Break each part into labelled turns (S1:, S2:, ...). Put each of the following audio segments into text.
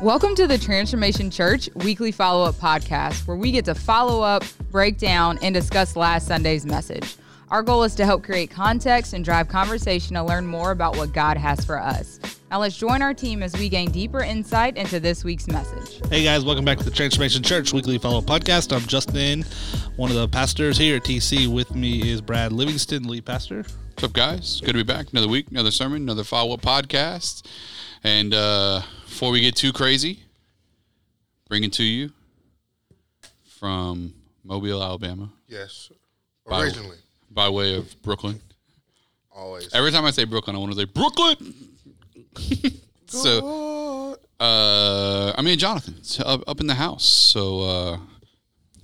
S1: Welcome to the Transformation Church weekly follow up podcast, where we get to follow up, break down, and discuss last Sunday's message. Our goal is to help create context and drive conversation to learn more about what God has for us. Now, let's join our team as we gain deeper insight into this week's message.
S2: Hey guys, welcome back to the Transformation Church Weekly Follow Up Podcast. I'm Justin, one of the pastors here at TC. With me is Brad Livingston, lead pastor.
S3: What's up, guys? Good to be back. Another week, another sermon, another follow up podcast. And uh, before we get too crazy, bringing to you from Mobile, Alabama,
S4: Yes.
S3: Wow.
S4: Originally.
S3: by way of Brooklyn.
S4: Always.
S3: Every time I say Brooklyn, I want to say Brooklyn. so,
S4: What?
S3: uh, I mean, Jonathan's up, up in the house. So, uh,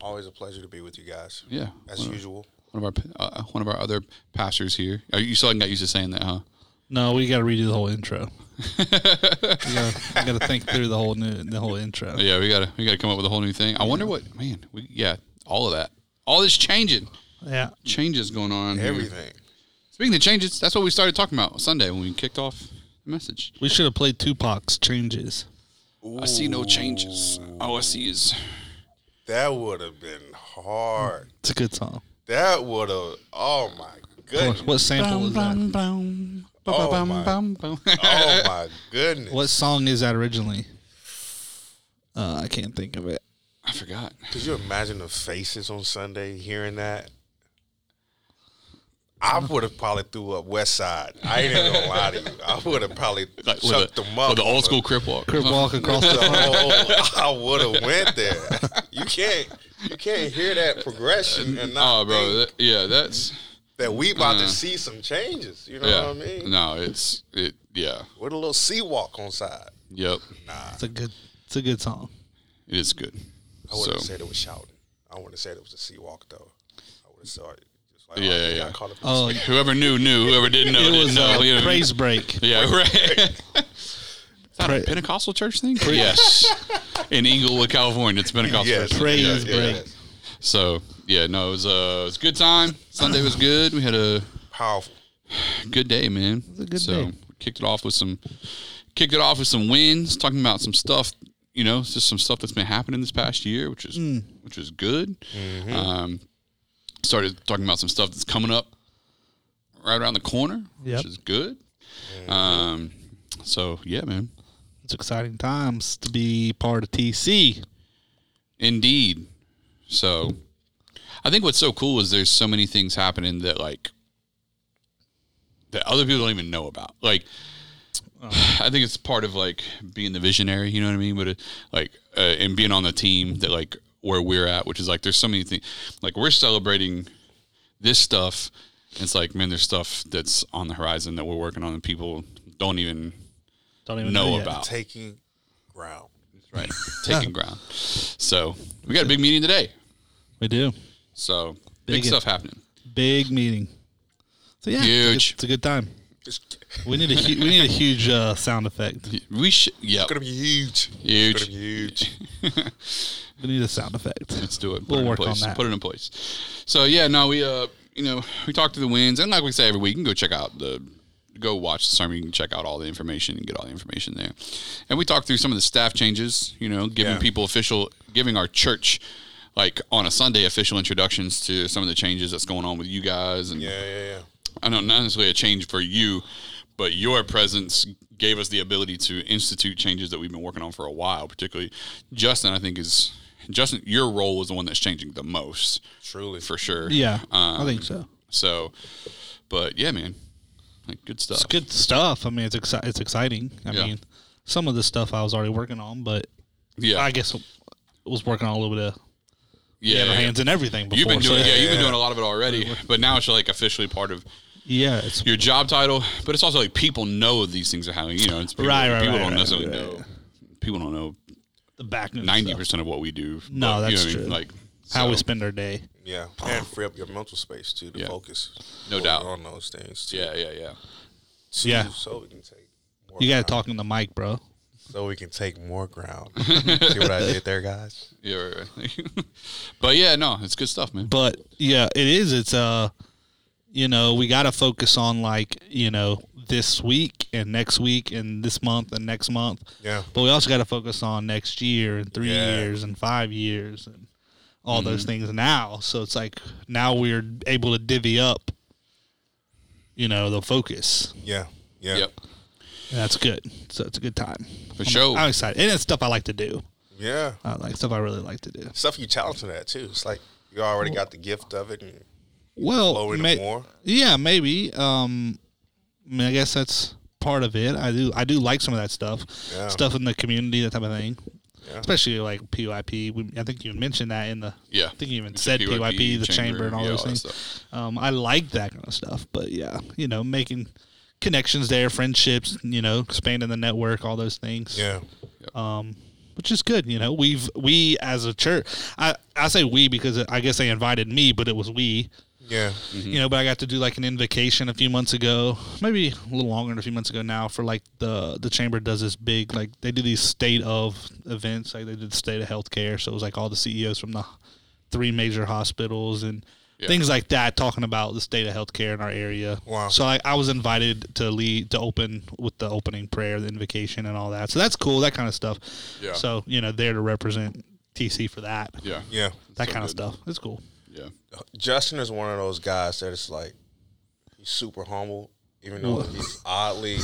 S4: Always a pleasure to be with you guys.
S3: yeah.
S4: As
S3: One of,
S4: usual.
S3: one of our uh, one of our other pastors here. Uh, you still haven't got used to saying that, huh?
S2: No, we got to redo the whole intro. we got to think through the whole new, the whole intro.
S3: But yeah, we gotta we gotta come up with a whole new thing. I wonder what man, we yeah, all of that. All this changing.
S2: Yeah,
S3: Changes going on. here.
S4: Everything.
S3: Speaking of changes, that's what we started talking about Sunday when we kicked off the message.
S2: we should have played Tupac's changes.
S3: I see no changes. All I see is
S4: That would have been hard.
S2: It's a good song.
S4: That would have. Oh my
S2: What,
S4: goodness.
S2: what sample is that?
S4: Oh, my. Oh my goodness.
S2: What song is that originally? Uh, I can't think of it.
S3: I forgot.
S4: Could you imagine the faces on Sunday hearing that? I would have probably threw up West Side. I ain't even gonna lie to you. I would have probably
S3: Like with,
S4: chucked
S3: the,
S4: them up.
S3: with the old school crip walk.
S2: Crip walk across the.
S4: Oh, I would have went there. You can't, you can't hear that progression and not
S3: Oh, bro.
S4: think
S3: That, yeah, that's
S4: that we about
S3: Uh.
S4: to see some changes. You know
S3: yeah.
S4: what I mean?
S3: No, it's it. Yeah,
S4: With a little sea walk on side.
S3: yep.
S2: It's a good. It's a good song.
S3: It is good.
S4: I wouldn't
S3: So-
S4: say it was shouting. I wouldn't say it was a sea walk though. I would have started. Just like,
S3: Yeah,
S4: oh,
S3: yeah,
S4: you
S3: yeah.
S4: gotta call it-
S2: Oh,
S3: Whoever knew knew. Whoever didn't know
S2: it
S3: didn't
S2: was
S3: know.
S2: a
S4: uh,
S3: You know what I mean?
S2: praise break.
S3: Yeah, right.
S2: Pra-
S3: Pentecostal church thing? Yes. In Inglewood, California, it's Pentecostal
S4: Yes.
S3: church.
S2: Praise
S3: Yeah, yeah.
S2: break.
S3: So yeah, no, it was uh, it was a good time. Sunday was good. We had a
S4: Powerful.
S3: good day, man. It was
S2: a good
S3: so
S2: day.
S3: we kicked it off with some kicked it off with some wins, talking about some stuff, you know, just some stuff that's been happening this past year, which is
S2: Mm.
S3: which is good. Um, started talking about some stuff that's coming up right around the corner,
S2: Yep.
S3: which is good. Um, so yeah, man.
S2: It's exciting times to be part of TC.
S3: Indeed. So I think what's so cool is there's so many things happening that like that other people don't even know about. Like I think it's part of like being the visionary, you know what I mean? But it, like uh, and being on the team that like where we're at, which is like there's so many things like we're celebrating this stuff. and It's like man, there's stuff that's on the horizon that we're working on that people don't even
S2: Don't even
S3: know
S2: yet.
S3: about
S4: Taking ground.
S3: right taking ground so we got a big meeting today
S2: We do
S3: so
S2: Big
S3: big,
S2: it.
S3: stuff happening
S2: big meeting. So yeah, it's a good-
S3: Huge.
S2: It's a good time.
S4: It's,
S2: We need a hu- we need a huge uh, sound effect.
S3: we should yeah
S4: gonna be huge. It's
S3: huge
S4: gonna be huge.
S2: We need a sound effect.
S3: let's do it put
S2: We'll
S3: it in
S2: work on
S3: place
S2: that.
S3: put it in place so yeah no we uh you know we talk to the winds and like we say every week you can go check out the go watch the sermon you can check out all the information and get all the information there and we talk through some of the staff changes you know giving
S4: Yeah.
S3: people official giving our church like on a Sunday, official introductions to some of the changes that's going on with you guys, and
S4: Yeah, yeah, yeah.
S3: I know not necessarily a change for you, but your presence gave us the ability to institute changes that we've been working on for a while. Particularly, Justin, I think is Justin. Your role is the one that's changing the most,
S4: Truly.
S3: for sure.
S2: Yeah, I
S3: Um,
S2: think so.
S3: So, but yeah, man, like good stuff.
S2: It's good stuff. I mean, it's exci- it's exciting. I
S3: Yeah.
S2: mean, some of the stuff I was already working on, but
S3: Yeah,
S2: I guess I was working on a little bit of
S3: yeah.
S2: had our
S3: yeah.
S2: hands in everything before.
S3: You've been
S2: so
S3: doing, yeah,
S2: it's-
S3: you've been doing a lot of it already, but now it's like officially part of
S2: yeah, it's
S3: your job title. But it's also like people know these things are happening. You know, it's people,
S2: Right, right,
S3: people
S2: right,
S3: don't
S2: right,
S3: necessarily
S2: right,
S3: know. People don't know
S2: the back
S3: ninety
S2: stuff.
S3: percent of what we do.
S2: No,
S3: but,
S2: that's
S3: what
S2: true.
S3: Like
S2: how we
S3: so-
S2: spend our day.
S4: Yeah, and free up your mental space too to
S3: Yeah.
S4: focus.
S3: No doubt.
S4: on those things. Too.
S3: Yeah, yeah, yeah.
S4: So-
S2: Yeah.
S4: so we can take. More
S2: You got to
S4: ground.
S2: talk in the mic, bro.
S4: So we can take more ground. See what I did there, guys.
S3: Yeah, right, right. but yeah, no, it's good stuff, man.
S2: but yeah, it is. It's uh, you know, we got to focus on like, you know, this week and next week and this month and next month.
S4: Yeah.
S2: But we also got to focus on next year and three
S4: Yeah. Mm-hmm.
S2: years and five years and all those things now. So it's like now we're able to divvy up, you know, the focus.
S4: Yeah. Yeah.
S3: Yep.
S2: And that's good. So it's a good time.
S3: For sure.
S2: I'm excited. And it's stuff I like to do.
S4: Yeah.
S2: I like stuff I really like to do.
S4: Stuff you talented at too. It's like you already got the gift of it. And
S2: Well,
S4: Lower it
S2: may-
S4: more?
S2: yeah, maybe. Um, I, mean, I guess that's part of it. I do, I do like some of that stuff,
S4: Yeah.
S2: stuff in the community, that type of thing.
S4: Yeah.
S2: Especially like PYP. We, I think you mentioned that in the.
S3: Yeah.
S2: I think you even
S3: It's
S2: said
S3: the
S2: PYP, the chamber, and all
S3: yeah,
S2: those
S3: that
S2: things.
S3: stuff.
S2: Um, I like that kind of stuff, but yeah, you know, making connections there, friendships, you know, expanding the network, all those things.
S4: yeah.
S2: um, which is good. You know, we've we as a church. I I say we because I guess they invited me, but it was we.
S4: Yeah.
S2: You know, but I got to do like an invocation a few months ago, maybe a little longer than a few months ago now. For like the the chamber does this big like they do these state of events. Like they did the state of healthcare, so it was like all the CEOs from the three major hospitals and.
S3: Yeah.
S2: Things like that, talking about the state of healthcare in our area.
S4: Wow.
S2: So I, I was invited to lead to open with the opening prayer, the invocation, and all that. So that's cool, that kind of stuff.
S3: Yeah.
S2: So you know, there to represent TC for that,
S3: Yeah.
S4: Yeah.
S2: that
S3: so
S2: kind of
S3: good.
S2: stuff. It's cool.
S3: Yeah.
S4: Justin is one of those guys that is like he's super humble, even though he's oddly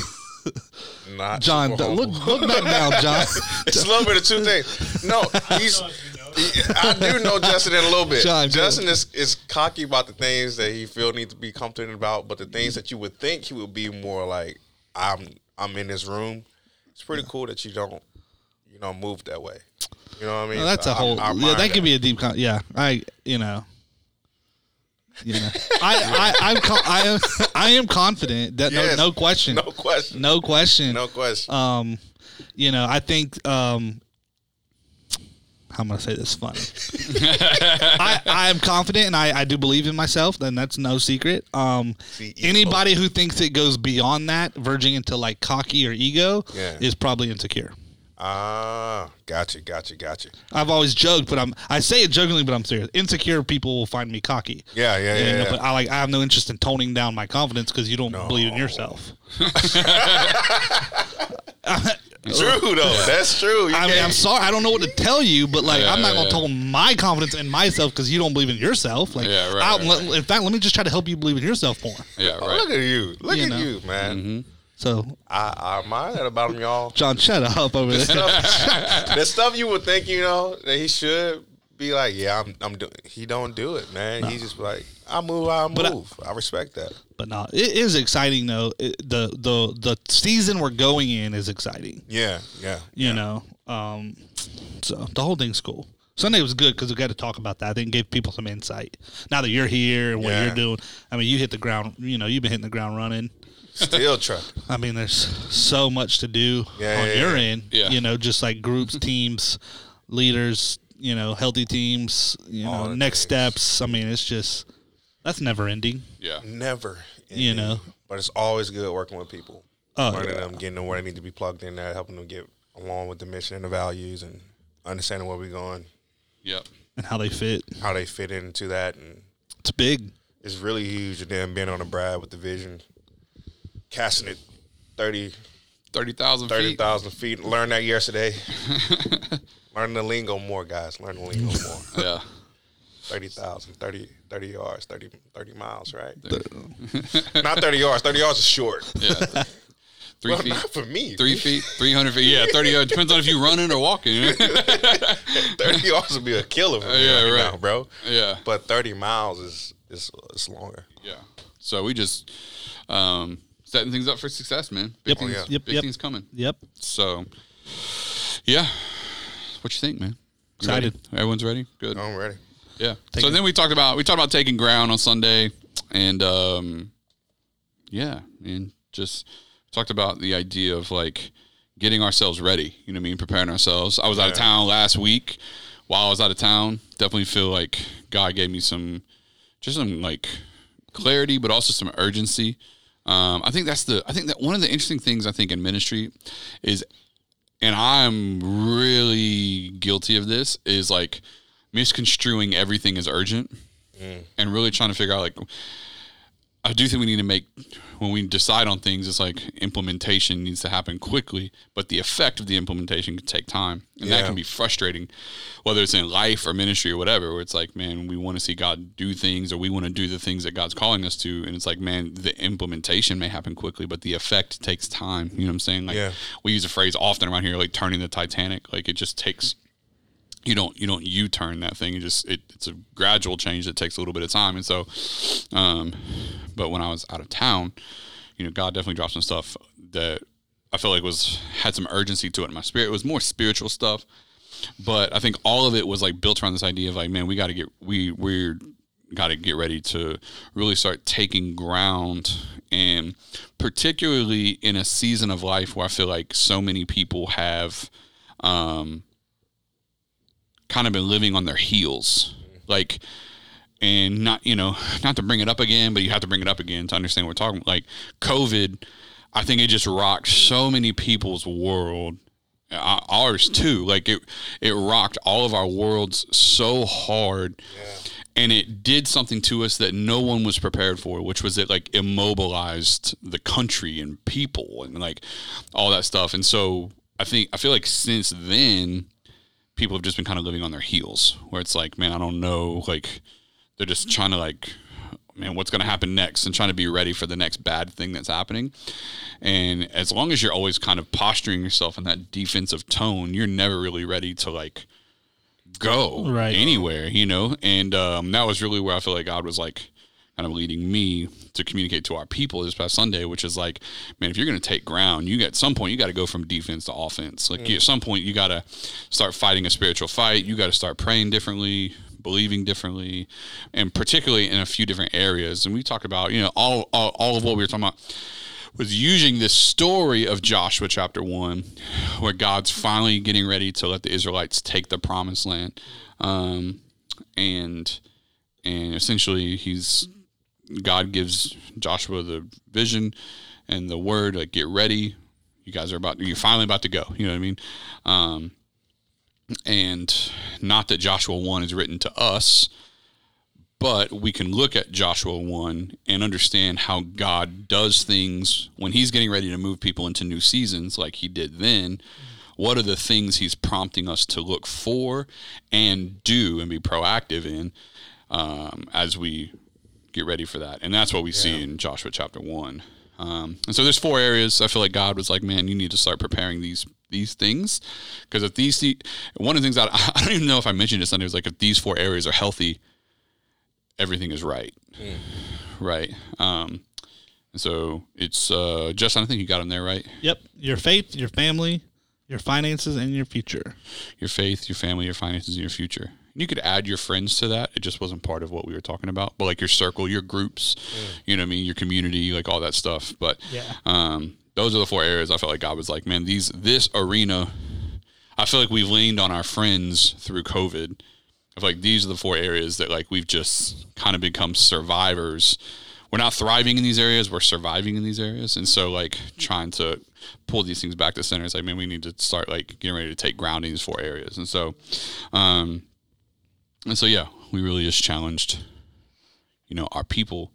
S4: not
S2: John,
S4: super
S2: th-
S4: humble.
S2: look look back now, John.
S4: It's a little bit of two things. No, he's. I do know Justin in a little bit.
S2: John, go.
S4: Justin is, is cocky about the things that he feel need to be comforted about, but the things that you would think he would be more like, I'm I'm in this room. It's pretty cool that you don't, you know, move that way. You know what I mean?
S2: No, that's a
S4: I-
S2: whole.
S4: I
S2: yeah,
S4: mind
S2: that could be a deep. Con- yeah, I you know. You know, I I I'm co- I am I am confident that
S4: Yes.
S2: no, no question,
S4: no
S2: no,
S4: question, no,
S2: question.
S4: question.
S2: Um, you know, I think um, I'm gonna say this funny. I I am confident and I I do believe in myself, and that's no secret. Um,
S4: See, ego.
S2: anybody who thinks it goes beyond that, verging into like cocky or ego,
S4: Yeah.
S2: is probably insecure.
S4: Ah, gotcha, gotcha, gotcha.
S2: I've always joked, but I'm I say it jokingly, but I'm serious. Insecure people will find me cocky.
S4: Yeah, yeah, yeah.
S2: You know,
S4: yeah.
S2: But I like I have no interest in toning down my confidence because you don't believe in yourself.
S4: true though, that's true. You
S2: I mean,
S4: can't-
S2: I'm sorry, I don't know what to tell you, but like I'm not
S3: Yeah,
S2: gonna tone my confidence in myself because you don't believe in yourself. Like,
S3: Yeah, right,
S2: I'll-
S3: right, right.
S2: in fact, let me just try to help you believe in yourself more.
S3: Yeah.
S4: Oh, Look
S3: Right.
S4: at you, look
S2: You
S4: at
S2: know. Mm-hmm.
S4: you, man.
S2: So,
S4: I, I mind that about him, y'all.
S2: John, shut up over there.
S4: the stuff you would think, you know, that he should be like, yeah, I'm, I'm doing. He don't do it, man. He just be like, I move, how I
S2: But I-
S4: move. I, respect that.
S2: but no, it is exciting though. It- the the the season we're going in is exciting.
S4: Yeah, yeah,
S2: you know. Um, so the whole thing's cool. Sunday was good because we got to talk about that. I think it gave people some insight. Now that you're here and what
S4: Yeah.
S2: you're doing, I mean, you hit the ground. You know, you've been hitting the ground running.
S4: still trucking.
S2: I mean, there's so much to do
S4: Yeah,
S2: on
S4: yeah,
S2: your
S4: yeah.
S2: end.
S3: Yeah.
S2: You know, just like groups, teams, leaders. You know, healthy teams. You
S4: All
S2: know,
S4: the
S2: next
S4: things.
S2: steps. I mean, it's just that's never ending.
S3: Yeah.
S4: Never,
S2: You
S4: ending.
S2: know.
S4: But it's always good working with people,
S2: Oh,
S4: learning
S2: yeah.
S4: them, getting them where they need to be plugged in, at, helping them get along with the mission and the values, and understanding where we're going,
S3: Yep.
S2: And how they fit,
S4: how they fit into that, and
S2: it's big.
S4: it's really huge. And then being on a Brad with the vision, casting it 30,
S3: Thirty thousand
S4: thirty
S3: feet.
S4: thousand feet. Learned that yesterday. Learn the lingo more, guys. Learn the lingo more.
S3: Yeah.
S4: 30,000, 30, 30 yards, 30, 30 miles, right? not 30 yards. 30 yards is short.
S3: Yeah. Three
S4: Well,
S3: feet.
S4: not for me.
S3: Three feet, three hundred feet. Yeah, thirty. It depends on if you're running or walking. you know?
S4: 30 yards would be a killer for me
S3: Yeah,
S4: right,
S3: right.
S4: now, bro.
S3: Yeah.
S4: But 30 miles is is it's longer.
S3: Yeah. So we just um, setting things up for success, man.
S2: Yep.
S3: Big things,
S4: Oh, yeah.
S2: Yep.
S3: big
S2: Yep.
S3: things coming.
S2: Yep.
S3: So, yeah. What you think, man? You ready?
S2: Excited.
S3: Everyone's ready. Good.
S4: I'm ready.
S3: Yeah.
S2: Take
S3: so
S2: it.
S3: then we talked about we talked about taking ground on Sunday, and um, yeah, and just talked about the idea of like getting ourselves ready. You know what I mean? Preparing ourselves. I was out of town last week. While I was out of town, definitely feel like God gave me some, just some like clarity, but also some urgency. Um, I think that's the. I think that one of the interesting things I think in ministry is and I'm really guilty of this is like misconstruing everything as urgent and really trying to figure out like I do think we need to make when we decide on things. It's like implementation needs to happen quickly, but the effect of the implementation can take time, and that
S4: Yeah.
S3: can be frustrating, whether it's in life or ministry or whatever. Where it's like, man, we want to see God do things, or we want to do the things that God's calling us to, and it's like, man, the implementation may happen quickly, but the effect takes time. You know what I'm saying? Like
S4: Yeah.
S3: we use a phrase often around here, like turning the Titanic. Like it just takes you don't you don't U turn that thing. It just it, it's a gradual change that takes a little bit of time. And so, um, but when I was out of town, you know, God definitely dropped some stuff that I felt like was had some urgency to it in my spirit. It was more spiritual stuff, but I think all of it was like built around this idea of like, man, we got to get we we're got to get ready to really start taking ground and particularly in a season of life where I feel like so many people have um kind of been living on their heels. Like, and not, you know, not to bring it up again, but you have to bring it up again to understand what we're talking about. Like, COVID, I think it just rocked so many people's world. o- Uh, Ours too. Like it, it rocked all of our worlds so hard, and it did something to us that no one was prepared for, which was it like immobilized the country and people and like all that stuff. And so I think I feel like since then, people have just been kind of living on their heels where it's like man i don't know like they're just trying to like man what's going to happen next and trying to be ready for the next bad thing that's happening and as long as you're always kind of posturing yourself in that defensive tone you're never really ready to like go
S2: Right.
S3: anywhere you know and um, that was really where i feel like god was like kind of leading me to communicate to our people this past Sunday, which is like, man, if you're going to take ground, you got at some point you got to go from defense to offense. Like you, at some point you got to start fighting a spiritual fight. You got to start praying differently, believing differently, and particularly in a few different areas. And we talked about, you know, all all, all of what we were talking about was using this story of Joshua chapter one, where God's finally getting ready to let the Israelites take the promised land. Um, and and essentially he's God gives Joshua the vision and the word, like get ready. You guys are about you're finally about to go. You know what I mean? Um, and not that Joshua one is written to us, but we can look at Joshua one and understand how God does things when he's getting ready to move people into new seasons like he did then. What are the things he's prompting us to look for and do and be proactive in um, as we get ready for that. And that's what we see in Joshua chapter one. Um, and so there's four areas. I feel like God was like, man, you need to start preparing these these things because if these the- one of the things that I, don't even know if I mentioned it Sunday was like if these four areas are healthy, everything is right, right. Um, and so it's uh, Justin. I think you got him there, right?
S2: Yep. Your faith, your family, your finances, and your future.
S3: your faith, your family, your finances, and your future. You could add your friends to that. It just wasn't part of what we were talking about, but like your circle, your groups, you know what I mean, your community, like all that stuff. But
S2: Yeah.
S3: um, those are the four areas I felt like God was like, man, these this arena. I feel like we've leaned on our friends through COVID. I feel like these are the four areas that like we've just kind of become survivors. We're not thriving in these areas. We're surviving in these areas, and so like trying to pull these things back to center. It's like, man, we need to start like getting ready to take ground in these four areas, and so, um, and so yeah, we really just challenged, you know, our people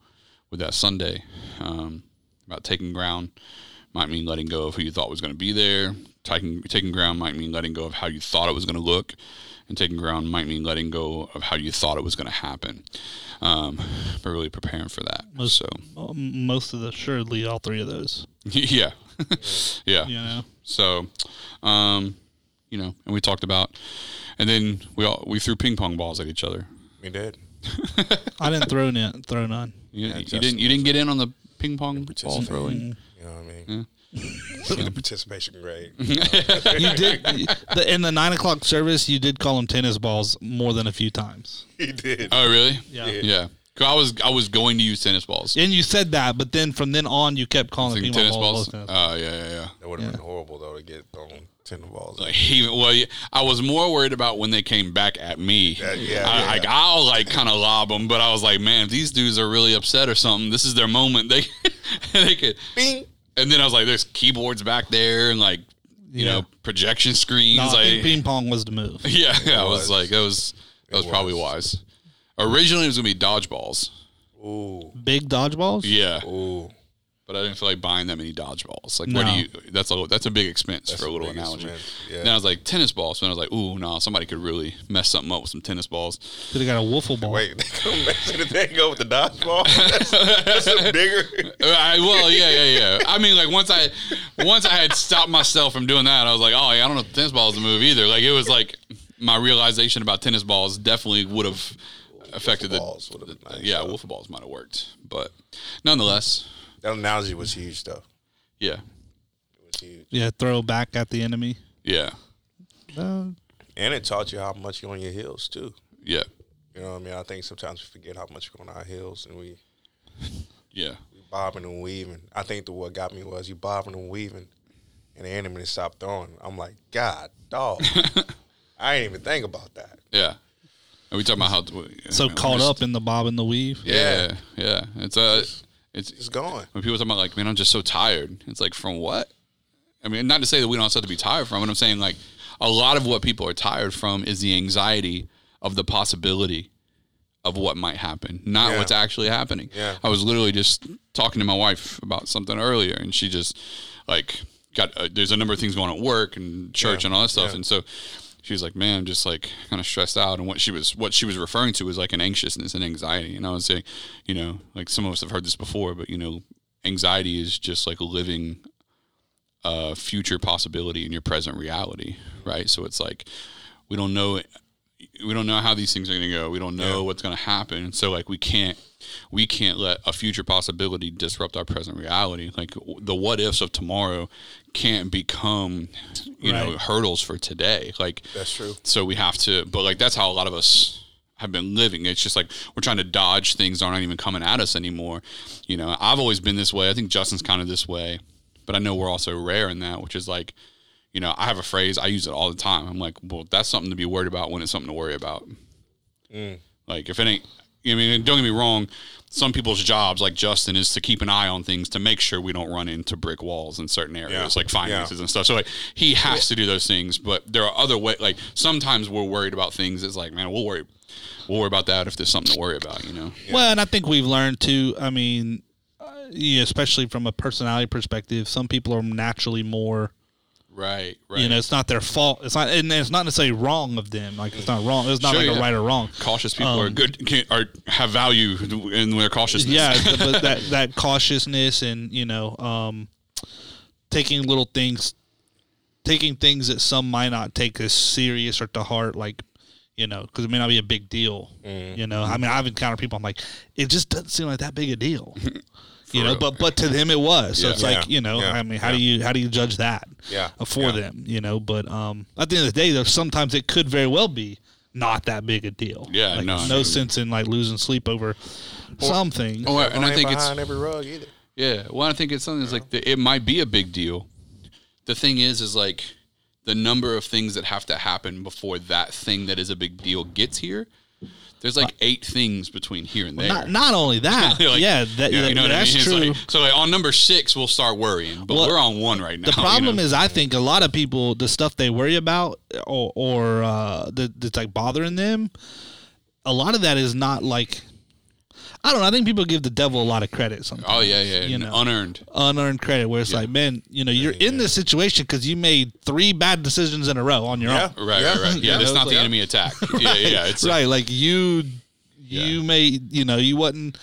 S3: with that Sunday um, about taking ground. Might mean letting go of who you thought was going to be there. Taking taking ground might mean letting go of how you thought it was going to look, and taking ground might mean letting go of how you thought it was going to happen. Um, but really preparing for that. So
S2: Well, m- most of the, surely all three of those.
S3: yeah, yeah.
S2: You know?
S3: So, um, you know, and we talked about, and then we all we threw ping pong balls at each other.
S4: We did.
S2: I didn't throw, n- throw none.
S3: You, you
S4: Justin
S3: didn't you didn't get in on the ping pong ball throwing.
S4: You know what I
S3: Hmm.
S4: mean? Look at the participation grade.
S3: Uh,
S2: You did. the, in the nine o'clock service, you did call them tennis balls more than a few times.
S4: he did.
S3: Oh really?
S2: Yeah.
S3: Yeah. 'Cause I was I was going to use tennis balls.
S2: And you said that, but then from then on, you kept calling
S3: Like
S2: them
S3: tennis balls.
S2: both tennis
S3: Oh yeah, yeah, yeah.
S4: That would have been horrible though to get thrown ten balls.
S3: Like he, well, yeah, I was more worried about when they came back at me.
S4: Yeah, yeah,
S3: I,
S4: yeah.
S3: Like I'll like kind of lob them, but I was like, man, if these dudes are really upset or something, this is their moment. They they could
S4: Bing.
S3: And then I was like, there's keyboards back there and like, you
S2: Yeah.
S3: know, projection screens.
S2: Nah,
S3: like,
S2: ping pong was the move.
S3: yeah, yeah, I was
S4: was.
S3: like, that was that was, probably wise. Originally, it was gonna be dodgeballs,
S4: Ooh,
S2: Big dodgeballs?
S3: Yeah,
S4: ooh.
S3: but I didn't feel like buying that many dodgeballs. Like,
S2: No.
S3: what do you? That's a that's a big expense for a little
S4: big
S3: analogy.
S4: expense, yeah.
S3: Then I was like tennis balls. So then I was like, ooh, no, somebody could really mess something up with some tennis balls.
S2: Could have got a wiffle ball.
S4: Wait, they come back to the thing go with the dodgeball. That's, that's a bigger.
S3: Uh, I, well, yeah, yeah, yeah. I mean, like once I once I had stopped myself from doing that, I was like, oh, yeah, I don't know if tennis balls the move either. Like it was like my realization about tennis balls definitely would have affected the.
S4: Balls would have been nice.
S3: Yeah, wiffle balls might have worked, but nonetheless,
S4: That analogy was huge, though.
S3: yeah,
S4: It was huge,
S2: Yeah, throw back at the enemy.
S3: yeah,
S2: Uh,
S4: and it taught you how much you're on your heels too.
S3: yeah,
S4: You know what I mean? I think sometimes we forget how much we're on our heels, and we
S3: yeah,
S4: we bobbing and weaving. I think the what got me was you bobbing and weaving, and the enemy stopped throwing. I'm like, God, dog, I ain't even think about that.
S3: yeah. And we talk about how
S2: so caught up in the bob and the weave.
S3: Yeah, yeah. It's uh, it's
S4: It's gone.
S3: when people talk about like, man, I'm just so tired. It's like from what? I mean, not to say that we don't have stuff to be tired from, but I'm saying like a lot of what people are tired from is the anxiety of the possibility of what might happen, not
S4: Yeah.
S3: what's actually happening.
S4: Yeah.
S3: I was literally just talking to my wife about something earlier, and she just like got uh, there's a number of things going on at work and church and all that stuff, and so she was like, "Man, I'm just like kind of stressed out." And what she was what she was referring to was like an anxiousness and anxiety. And I was saying, you know, like some of us have heard this before, but you know, anxiety is just like living a future possibility in your present reality, right? So it's like we don't know we don't know how these things are going to go. We don't know what's going to happen. So like we can't we can't let a future possibility disrupt our present reality. Like w- the what ifs of tomorrow can't become you know
S2: Right.
S3: hurdles for today. Like
S4: That's true.
S3: so we have to but like that's how a lot of us have been living it's just like we're trying to dodge things that aren't even coming at us anymore you know i've always been this way i think justin's kind of this way but i know we're also rare in that which is like you know i have a phrase i use it all the time i'm like well that's something to be worried about when it's something to worry about
S4: Mm.
S3: like if it ain't i mean don't get me wrong some people's jobs like justin is to keep an eye on things to make sure we don't run into brick walls in certain areas
S4: Yeah.
S3: like finances and stuff so like he has to do those things but there are other way like sometimes we're worried about things it's like man we'll worry we'll worry about that if there's something to worry about you know
S2: Well, and I think we've learned too. I mean, uh, yeah, especially from a personality perspective, some people are naturally more.
S3: right right
S2: You know, it's not their fault. It's not, and it's not necessarily wrong of them. Like it's not wrong. It's not
S3: Sure,
S2: like
S3: yeah.
S2: a right or wrong.
S3: cautious people
S2: um,
S3: are good can, are have value in their cautiousness
S2: yeah th- but that that cautiousness and you know um taking little things taking things that some might not take as serious or to heart like you know because it may not be a big deal you know i mean i've encountered people i'm like it just doesn't seem like that big a deal you know
S3: real.
S2: but but to them it was so
S3: Yeah.
S2: it's
S4: Yeah.
S2: like you know
S4: Yeah.
S2: i mean how do you how do you judge that
S4: Yeah.
S2: uh, for
S4: Yeah.
S2: them you know but um at the end of the day though sometimes it could very well be not that big a deal
S3: Yeah,
S2: like,
S3: no, I
S2: no
S3: mean-
S2: sense in like losing sleep over something
S3: oh, and i
S4: ain't
S3: think it's
S4: behind every rug either.
S3: Yeah. Well, I think it's something that's like the, it might be a big deal. The thing is, is like the number of things that have to happen before that thing that is a big deal gets here. There's like eight things between here and there.
S2: Not, not only that,
S3: Like,
S2: yeah, that,
S3: you know what I
S2: that's
S3: mean? It's
S2: true.
S3: like- so like on number six, we'll start worrying, but
S2: Well,
S3: we're on one right now.
S2: the
S3: oh, you
S2: problem
S3: know?
S2: is, I think a lot of people, the stuff they worry about or, or uh, that, that's like bothering them, a lot of that is not like, I don't know. I think people give the devil a lot of credit sometimes.
S3: oh yeah, yeah,
S2: you
S3: and
S2: know.
S3: unearned.
S2: Unearned credit, where it's like, man, you know, you're in this situation because you made three bad decisions in a row on your own.
S3: Right,
S4: Yeah.
S3: right, right. Yeah,
S2: Yeah.
S3: that's not the
S2: Yeah.
S3: enemy attack. Yeah, yeah, it's
S2: right like you you made you know you wasn't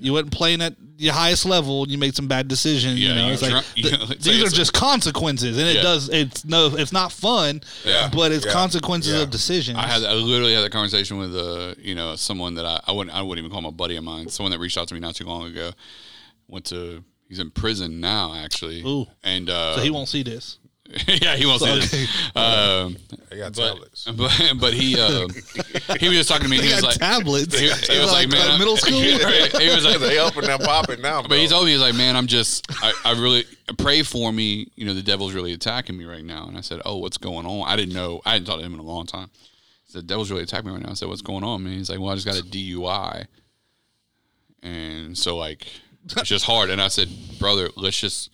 S2: you wasn't playing at your highest level you made some bad decisions
S3: Yeah,
S2: you know
S3: you
S2: it's like
S3: drunk-
S2: th-
S3: you know, it's like-
S2: these
S3: it's
S2: are
S3: like-
S2: just consequences and it
S3: Yeah.
S2: does it's no it's not fun
S3: Yeah.
S2: but it's
S4: Yeah.
S2: consequences
S4: Yeah.
S2: of decisions
S3: I had I literally had a conversation with uh you know someone that I, I wouldn't I wouldn't even call him a buddy of mine. Someone that reached out to me not too long ago. Went to he's in prison now actually.
S2: Ooh.
S3: And uh,
S2: so he won't see this
S3: yeah, he won't say this. Um,
S4: They got tablets.
S3: but but he uh, he was just talking to me. He
S2: he
S3: was
S2: got
S3: like
S2: tablets
S3: he, he was like, man, I'm-
S2: uh, middle school
S3: Right. He was like,
S4: they up and they're popping now, bro.
S3: but he told me he's like, man, I'm just, I, I really pray for me. You know, the devil's really attacking me right now. And I said, oh, what's going on? I didn't know. I hadn't talked to him in a long time. He said, devil's really attacking me right now. I said, what's going on, man? He's like, well, I just got a DUI, and so like, it's just hard. And I said, brother, let's just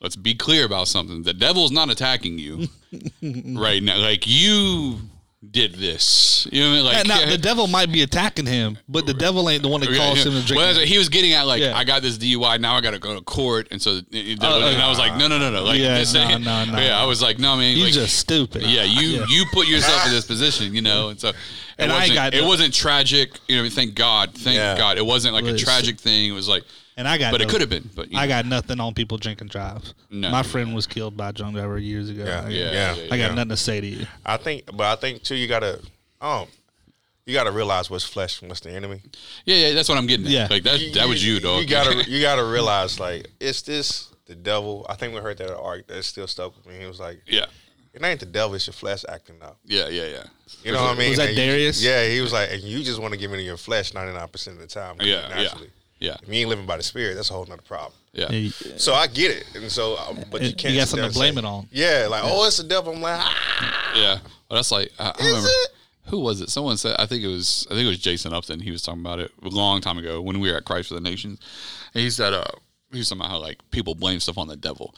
S3: let's be clear about something. The devil's not attacking you right now. Like you did this. You know what I mean? Like
S2: And now, the devil might be attacking him, but the devil ain't the one that
S3: Yeah,
S2: caused
S3: yeah.
S2: him to drink.
S3: Well, that's what he was getting at like
S2: Yeah.
S3: I got this DUI. Now I got to go to court, and so it- it-
S2: Uh,
S3: and I was like, no, no, no, no. Like,
S2: Yeah,
S3: this
S2: no,
S3: ain't-
S2: no, no.
S3: Yeah, I was like, no, man.
S2: you
S3: like,
S2: just stupid.
S3: yeah, you you put yourself in this position, you know, and so. It
S2: And I
S3: wasn't,
S2: got
S3: it
S2: no-
S3: wasn't tragic, you know. Thank God, thank
S4: Yeah.
S3: God, it wasn't like a
S2: Listen.
S3: tragic thing. It was like,
S2: And I got
S3: but it
S2: no-
S3: could have been. But you
S2: I
S3: know.
S2: got nothing on people drinking drives.
S3: No.
S2: My friend was killed by a drunk driver years ago.
S4: Yeah,
S2: I,
S4: yeah,
S3: yeah,
S2: I got
S4: yeah.
S2: nothing to say to you.
S4: I think, but I think too, you gotta, um, you gotta realize what's flesh and what's the enemy.
S3: yeah, yeah, that's what I'm getting. At.
S2: Yeah.
S3: like that, that was you, dog.
S4: You gotta, you gotta realize like it's this the devil. I think we heard that arc that still stuck with me. He was like,
S3: yeah,
S4: "It ain't the devil; it's your flesh acting up."
S3: yeah, yeah, yeah.
S4: You know what I mean?
S2: that
S4: And you-
S2: Darius?
S4: yeah, he was like, "And you just want to give into your flesh ninety nine percent of the time,
S3: Yeah, yeah.
S4: naturally.
S3: Yeah.
S4: If you ain't living by the spirit, that's a whole nother problem."
S3: Yeah,
S2: You-
S4: So I get it, and so uh, but you
S2: You
S4: can't.
S2: got
S4: sit
S2: something
S4: there
S2: to
S4: and
S2: blame
S4: say-
S2: it on.
S4: Yeah, like oh, it's the devil. I'm like, ah,
S3: Yeah, well, that's like I, I remember
S4: it?
S3: who was it? Someone said I think it was I think it was Jason Upton. He was talking about it a long time ago when we were at Christ for the Nations. And he said, uh, he was talking about how like people blame stuff on the devil.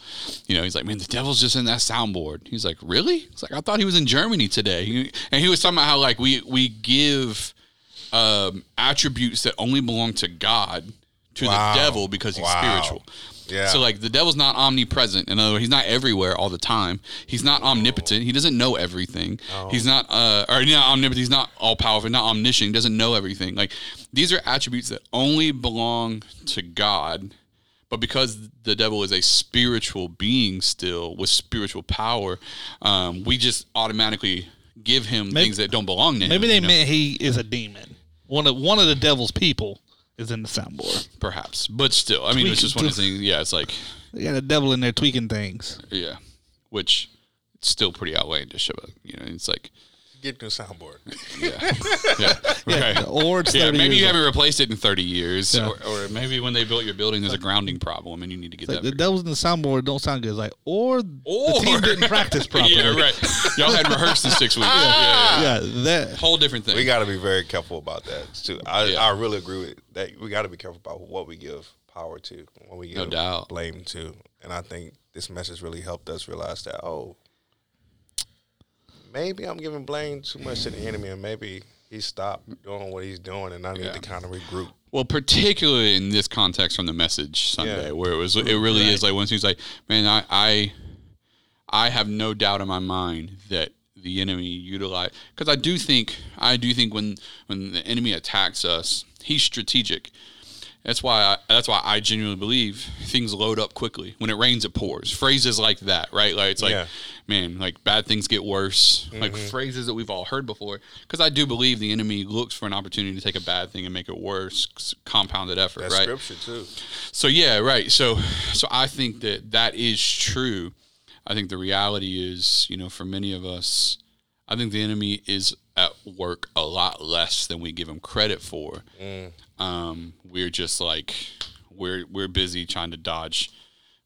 S3: You know, he's like, man, the devil's just in that soundboard. He's like, really? He's like, I thought he was in Germany today. He- And he was talking about how like we we give um, attributes that only belong to God to
S4: Wow.
S3: the devil because he's
S4: Wow.
S3: spiritual.
S4: Yeah.
S3: So like the devil's not omnipresent. In other words, he's not everywhere all the time. He's not omnipotent. He doesn't know everything. He's not uh or not omnipotent. He's not all powerful. Not omniscient. He doesn't know everything. Like these are attributes that only belong to God. But because the devil is a spiritual being still with spiritual power, um, we just automatically give him things that don't belong to him.
S2: Maybe they
S3: you know?
S2: meant he is a demon. One of one of the devil's people is in the soundboard.
S3: perhaps, but still, I mean, it's just one of the things. Yeah, it's like
S2: They got a devil in there tweaking things.
S3: yeah, which it's still pretty outlandish. About you know, it's like
S4: get new soundboard.
S3: yeah, yeah, right.
S2: Or it's
S3: Yeah,
S2: 30
S3: maybe you
S2: years
S3: haven't replaced it in 30 years,
S2: Yeah.
S3: or, or maybe when they built your building, there's a grounding problem and you need to get
S2: old. Like,
S3: that.
S2: the devil's in the soundboard don't sound good. It's like or, the
S3: Or-
S2: team didn't practice properly.
S3: yeah, right. Y'all had rehearsed in six weeks. Yeah, yeah, yeah.
S2: Yeah, that
S3: Whole different thing.
S4: We got to be very careful about that too. I,
S3: Yeah.
S4: I really agree with that. We got to be careful about what we give power to, what we give
S3: No doubt.
S4: blame to, and I think this message really helped us realize that. Oh, maybe I'm giving blame too much to the enemy, and maybe he stopped doing what he's doing, and I need
S3: Yeah.
S4: to kind of regroup.
S3: Well, particularly in this context from the message Sunday,
S4: Yeah.
S3: where it was, it really is like once he's like, man, I, I, I have no doubt in my mind that the enemy utilized because I do think, I do think when when the enemy attacks us, he's strategic. That's why I, that's why I genuinely believe things load up quickly. When it rains, it pours. Phrases like that, right? Like it's like,
S4: Yeah.
S3: man, like bad things get worse. Like
S4: Mm-hmm.
S3: phrases that we've all heard before. Because I do believe the enemy looks for an opportunity to take a bad thing and make it worse. s- Compounded effort,
S4: That's
S3: right?
S4: scripture too.
S3: So yeah, right. So so I think that that is true. I think the reality is, you know, for many of us, I think the enemy is at work a lot less than we give him credit for. Um, we're just like we're we're busy trying to dodge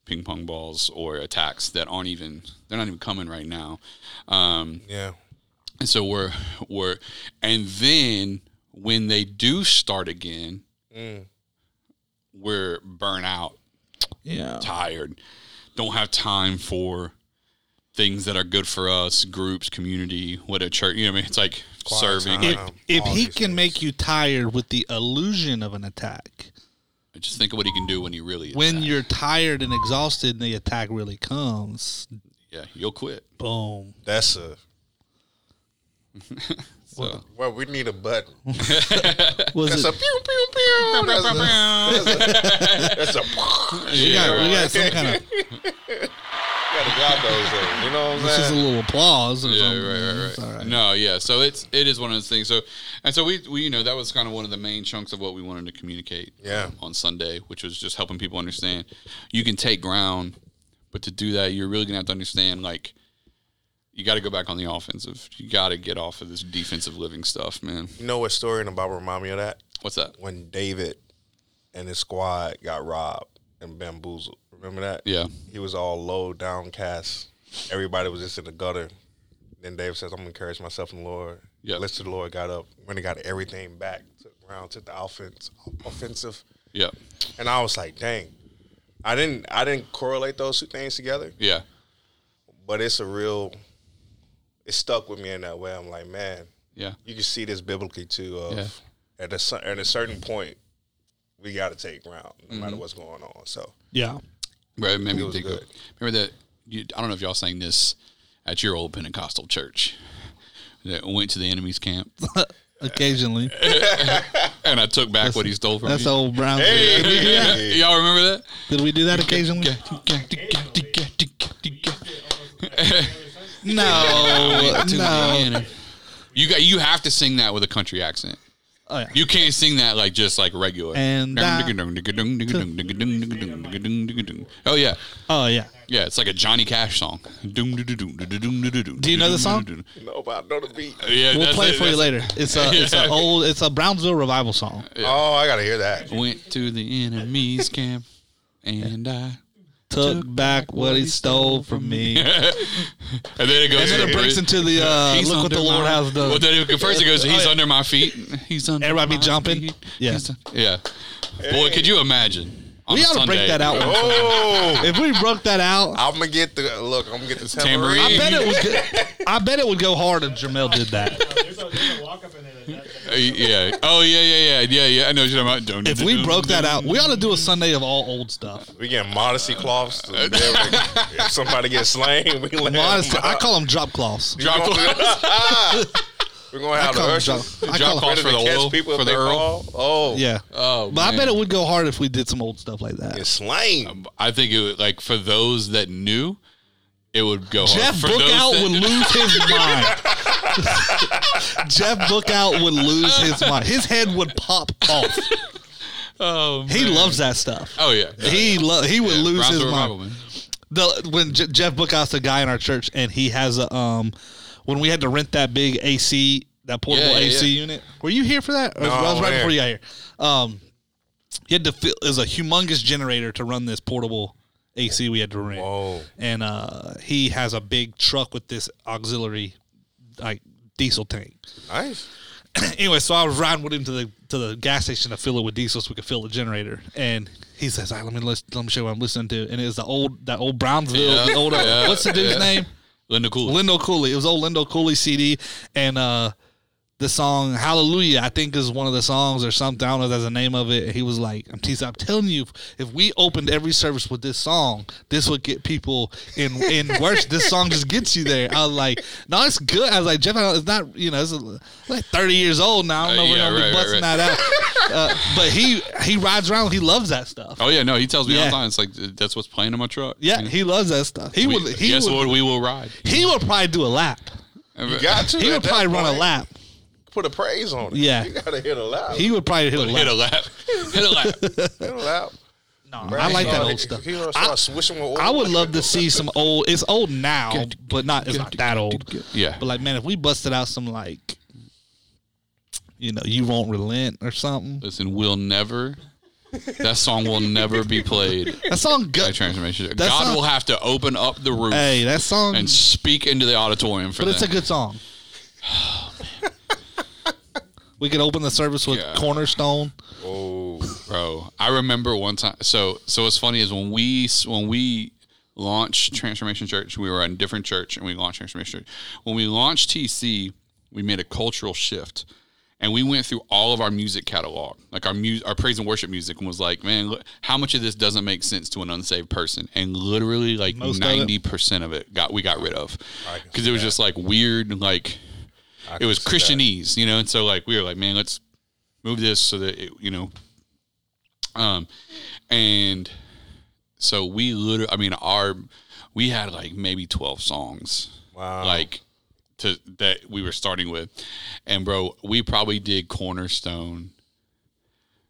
S3: ping pong balls or attacks that aren't even they're not even coming right now. Um,
S4: Yeah,
S3: and so we're we're and then when they do start again, we're burnt out
S2: yeah.
S3: tired, don't have time for things that are good for us, groups, community, what a church. You know, what I mean, it's like serving.
S4: time.
S2: If
S4: Um,
S2: if
S4: all
S2: he
S4: these
S2: can
S4: things.
S2: make you tired with the illusion of an attack,
S3: Just think of what he can do when he really is.
S2: when
S3: at.
S2: you're tired and exhausted and the attack really comes,
S3: yeah, you'll quit.
S2: boom.
S4: that's a.
S3: So.
S4: Well, we need a button.
S2: Was
S4: That's a
S2: it,
S4: pew pew pew. That's a. That's a
S2: we, got,
S3: Yeah,
S2: we
S3: right.
S2: got some kind of
S4: you gotta grab those things. You know what I'm
S2: this is a
S4: saying?
S2: little applause or
S3: Yeah,
S2: something.
S3: right, right,
S2: It's all
S3: right.
S2: right.
S3: No, yeah. So it's it is one of those things. So and so we, we you know that was kind of one of the main chunks of what we wanted to communicate. um,
S4: Yeah.
S3: On Sunday, which was just helping people understand you can take ground, but to do that, you're really gonna have to understand like you got to go back on the offensive. You got to get off of this defensive living stuff, man.
S4: You know what story in the Bible remind me of that?
S3: What's that?
S4: When David and his squad got robbed and bamboozled. Remember that?
S3: Yeah.
S4: He was all low, downcast. Everybody was just in the gutter. Then David says, I'm gonna encourage myself in the Lord.
S3: Yeah.
S4: Listen to the Lord, got up, when he got everything back, took round, took the offense offensive.
S3: Yeah.
S4: And I was like, dang. I didn't I didn't correlate those two things together,
S3: Yeah.
S4: but it's a real it stuck with me in that way. I'm like, man,
S3: Yeah.
S4: you can see this biblically too. Of
S3: Yeah.
S4: at a cer- at a certain point, we got to take ground no
S2: Mm-hmm.
S4: matter what's going on. So
S2: Yeah.
S3: Bro, it made me
S4: was
S3: think of-
S4: good.
S3: remember that you, I don't know if y'all sang this at your old Pentecostal church. That went to the enemy's camp,
S2: Occasionally.
S3: and I took back what he stole from
S2: That's
S3: me.
S2: old Brown.
S4: Hey,
S2: Did we do that?
S4: yeah.
S3: Y'all remember
S2: Did we do that occasionally? No.
S3: that?
S2: no.
S3: You got you have to sing that with a country accent.
S2: Oh, yeah.
S3: You can't sing that like just like regular.
S2: And
S3: oh yeah,
S2: Oh, yeah.
S3: yeah, it's like a Johnny Cash song. Do you
S2: you know the song?
S4: no, but I know the beat.
S3: Yeah,
S2: We'll
S3: that's
S2: play it for you later.
S3: that's-
S2: It's a it's a old it's a Brownsville revival song.
S4: Oh, I gotta hear that.
S3: Went to the enemy's camp, and I.
S2: Took back what he stole from me. And
S3: And then it goes.
S2: then it breaks into the uh, look what the
S3: under
S2: Lord
S3: my-
S2: has
S3: Well,
S2: done.
S3: then it, first it goes. He's under my feet. He's under.
S2: Everybody be
S3: my
S2: jumping?
S3: feet.
S2: Yeah.
S3: He's un- yeah. Boy, could you imagine? on
S2: We
S3: a
S2: ought to break
S3: Sunday?
S2: that out. one time.
S4: Oh,
S2: If we broke that out,
S4: I'm gonna get the look. I'm gonna get the
S3: Tambourine.
S4: tambourine.
S2: I bet it would. Go, I bet it would go hard if Jamel did that.
S5: There's a, there's a walk up in there. That, that,
S3: Uh, yeah. Oh yeah, yeah, yeah, yeah, yeah. I know what you're talking about. Don't-
S2: If we broke that out, we ought to do a Sunday of all old stuff.
S4: We getting modesty cloths. to- if somebody gets slain, we let
S2: Modesty.
S4: them
S2: I
S4: out.
S2: call them drop cloths.
S3: drop
S4: We're gonna
S2: I
S4: have the
S2: call them drop.
S4: ushers.
S2: I
S3: Drop
S2: call them,
S3: cloths.
S4: Ready
S3: For
S4: to
S3: the
S4: catch
S3: oil,
S4: people if
S3: for the
S4: they
S3: herb.
S4: fall. Oh,
S2: yeah.
S3: Oh,
S2: but I
S3: man.
S2: bet it would go hard if we did some old stuff like that.
S4: It's slain.
S3: I think it would like for those that knew, it would go. hard.
S2: Jeff
S3: For those
S2: Bookout
S3: that-
S2: would lose his mind. Jeff Bookout would lose his mind. His head would pop off.
S3: Oh,
S2: He
S3: man.
S2: loves that stuff.
S3: Oh yeah.
S2: He lo- he would lose
S3: Rouse
S2: his
S3: the
S2: mind.
S3: revival, man.
S2: the when J- Jeff Bookout's the guy in our church, and he has a um, when we had to rent that big AC, that portable
S3: Yeah, yeah,
S2: AC unit. Were you here for that? Or
S4: No,
S2: I was right
S4: man.
S2: before you got here. Um, he had to fill is a humongous generator to run this portable AC we had to rent.
S4: Whoa.
S2: And uh, he has a big truck with this auxiliary like diesel tank
S4: Nice.
S2: anyway, so I was riding with him to the to the gas station to fill it with diesel so we could fill the generator. And he says, "All right, let me listen, let me show you what I'm listening to." And it was the old that old Brownsville,
S3: Yeah,
S2: the old uh,
S3: yeah,
S2: what's the dude's
S3: yeah.
S2: name?
S3: Linda Cool.
S2: Lindo Cooley. It was old Lindo Cooley CD, and uh, the song "Hallelujah" I think is one of the songs or something. I don't know if that's the name of it. And he was like, "I'm teasing. I'm telling you, if we opened every service with this song, this would get people in in worship. This song just gets you there." I was like, "No, it's good." I was like, "Jeff, I don't- it's not. You know, it's uh, like 30 years old now. I don't know.
S3: Uh,
S2: if we're
S3: yeah,
S2: gonna
S3: right,
S2: be busting
S3: right, right.
S2: that out." Uh, but he he rides around. He loves that stuff.
S3: Oh yeah, no, he tells me all
S2: Yeah.
S3: the time. It's like that's what's playing in my truck.
S2: Yeah, he loves that stuff. He
S3: We,
S2: would he
S3: yes,
S2: would
S3: Lord, we will ride.
S2: he would probably do a lap.
S4: You got to.
S2: He
S4: at
S2: would
S4: that
S2: probably run a
S4: point.
S2: lap.
S4: Put a praise on it.
S2: Yeah.
S4: You gotta hit a loud.
S2: He would probably hit a lap.
S3: Hit a lap. Hit a lap.
S4: hit a loud.
S2: I like that old stuff.
S4: He gonna start
S2: I,
S4: swishing with oil.
S2: I would love to see some old. It's old now, but not it's not that old.
S3: Yeah.
S2: But like, man, if we busted out some like, you know, you won't relent or something.
S3: Listen, we'll never. That song will never be played.
S2: That song
S3: By
S2: good.
S3: transformation.
S2: That
S3: God
S2: song-
S3: will have to open up the roof
S2: Hey, that song.
S3: and speak into the auditorium for
S2: but it's a
S3: them.
S2: good song. we could open the service with
S3: Yeah.
S2: Cornerstone.
S3: bro. I remember one time. So so what's funny is when we when we launched Transformation Church, we were at a different church, and we launched Transformation Church. When we launched TC, we made a cultural shift, and we went through all of our music catalog, like our mu- our praise and worship music, and was like, man, look, how much of this doesn't make sense to an unsaved person? And literally, like
S2: Most of it.
S3: ninety percent of it got we got rid of because it was just like weird, like it was Christianese, you know. And so like we were like, man, let's move this so that it, you know. Um, and so we literally, I mean, our we had like maybe twelve songs,
S4: Wow.
S3: like to that we were starting with, and bro, we probably did Cornerstone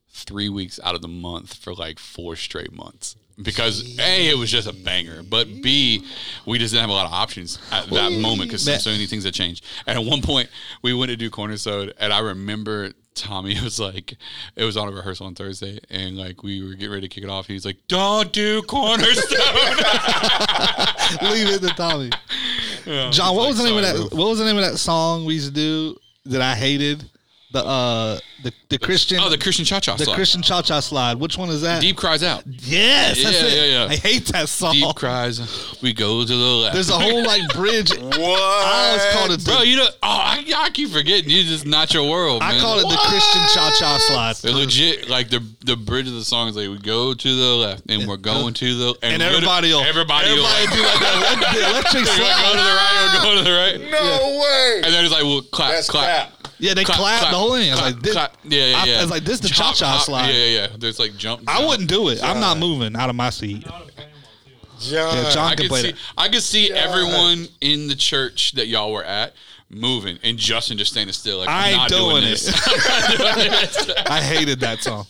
S3: three weeks out of the month for like four straight months because a it was just a banger but b we just didn't have a lot of options at that moment because so many things had changed and at one point we went to do cornerstone and i remember tommy was like it was on a rehearsal on thursday and like we were getting ready to kick it off he was like don't do cornerstone
S2: Leave it to Tommy. John, what was the name of that? What was the name of that song we used to do that I hated? the uh the the Christian
S3: Oh, the Christian Cha Cha
S2: the
S3: slide.
S2: Christian Cha Cha slide. Which one is that?
S3: Deep cries out.
S2: Yes, that's
S3: Yeah,
S2: it.
S3: yeah, yeah.
S2: I hate that song.
S3: Deep cries. We go to the left.
S2: There's a whole like bridge.
S4: What?
S2: I always called it.
S3: Bro,
S2: the,
S3: you know, oh, I, I keep forgetting. You just not your world.
S2: I
S3: man.
S2: call it the Christian Cha Cha slide.
S3: They're legit. Like the the bridge of the song is like we go to the left and we're going to the
S2: And
S3: lit-
S2: everybody will-
S3: everybody will-
S2: everybody do like that. The electric
S3: We're going to the
S2: slide.
S3: right. We're going to the right.
S4: No way.
S3: And then it's like well clap
S4: That's
S3: clap.
S4: cap.
S2: Yeah, they
S3: Clap,
S2: clap
S3: clap,
S2: the whole thing. I was
S3: clap,
S2: like, this,
S3: clap. Yeah, yeah,
S2: I-
S3: yeah.
S2: I was like, this is the
S3: Hop,
S2: cha-cha
S3: hop.
S2: slide.
S3: Yeah, yeah, yeah. There's like jump.
S2: I
S3: down.
S2: wouldn't do it. I'm not moving out of my seat.
S4: John.
S2: Yeah, John
S3: I
S2: can
S3: could
S2: play
S3: see.
S2: that.
S3: I could see everyone in the church that y'all were at moving, and Justin just standing still. Like
S2: I
S3: I'm
S2: ain't
S3: not
S2: doing
S3: doing,
S2: it.
S3: this. I'm not doing this.
S2: I hated that song.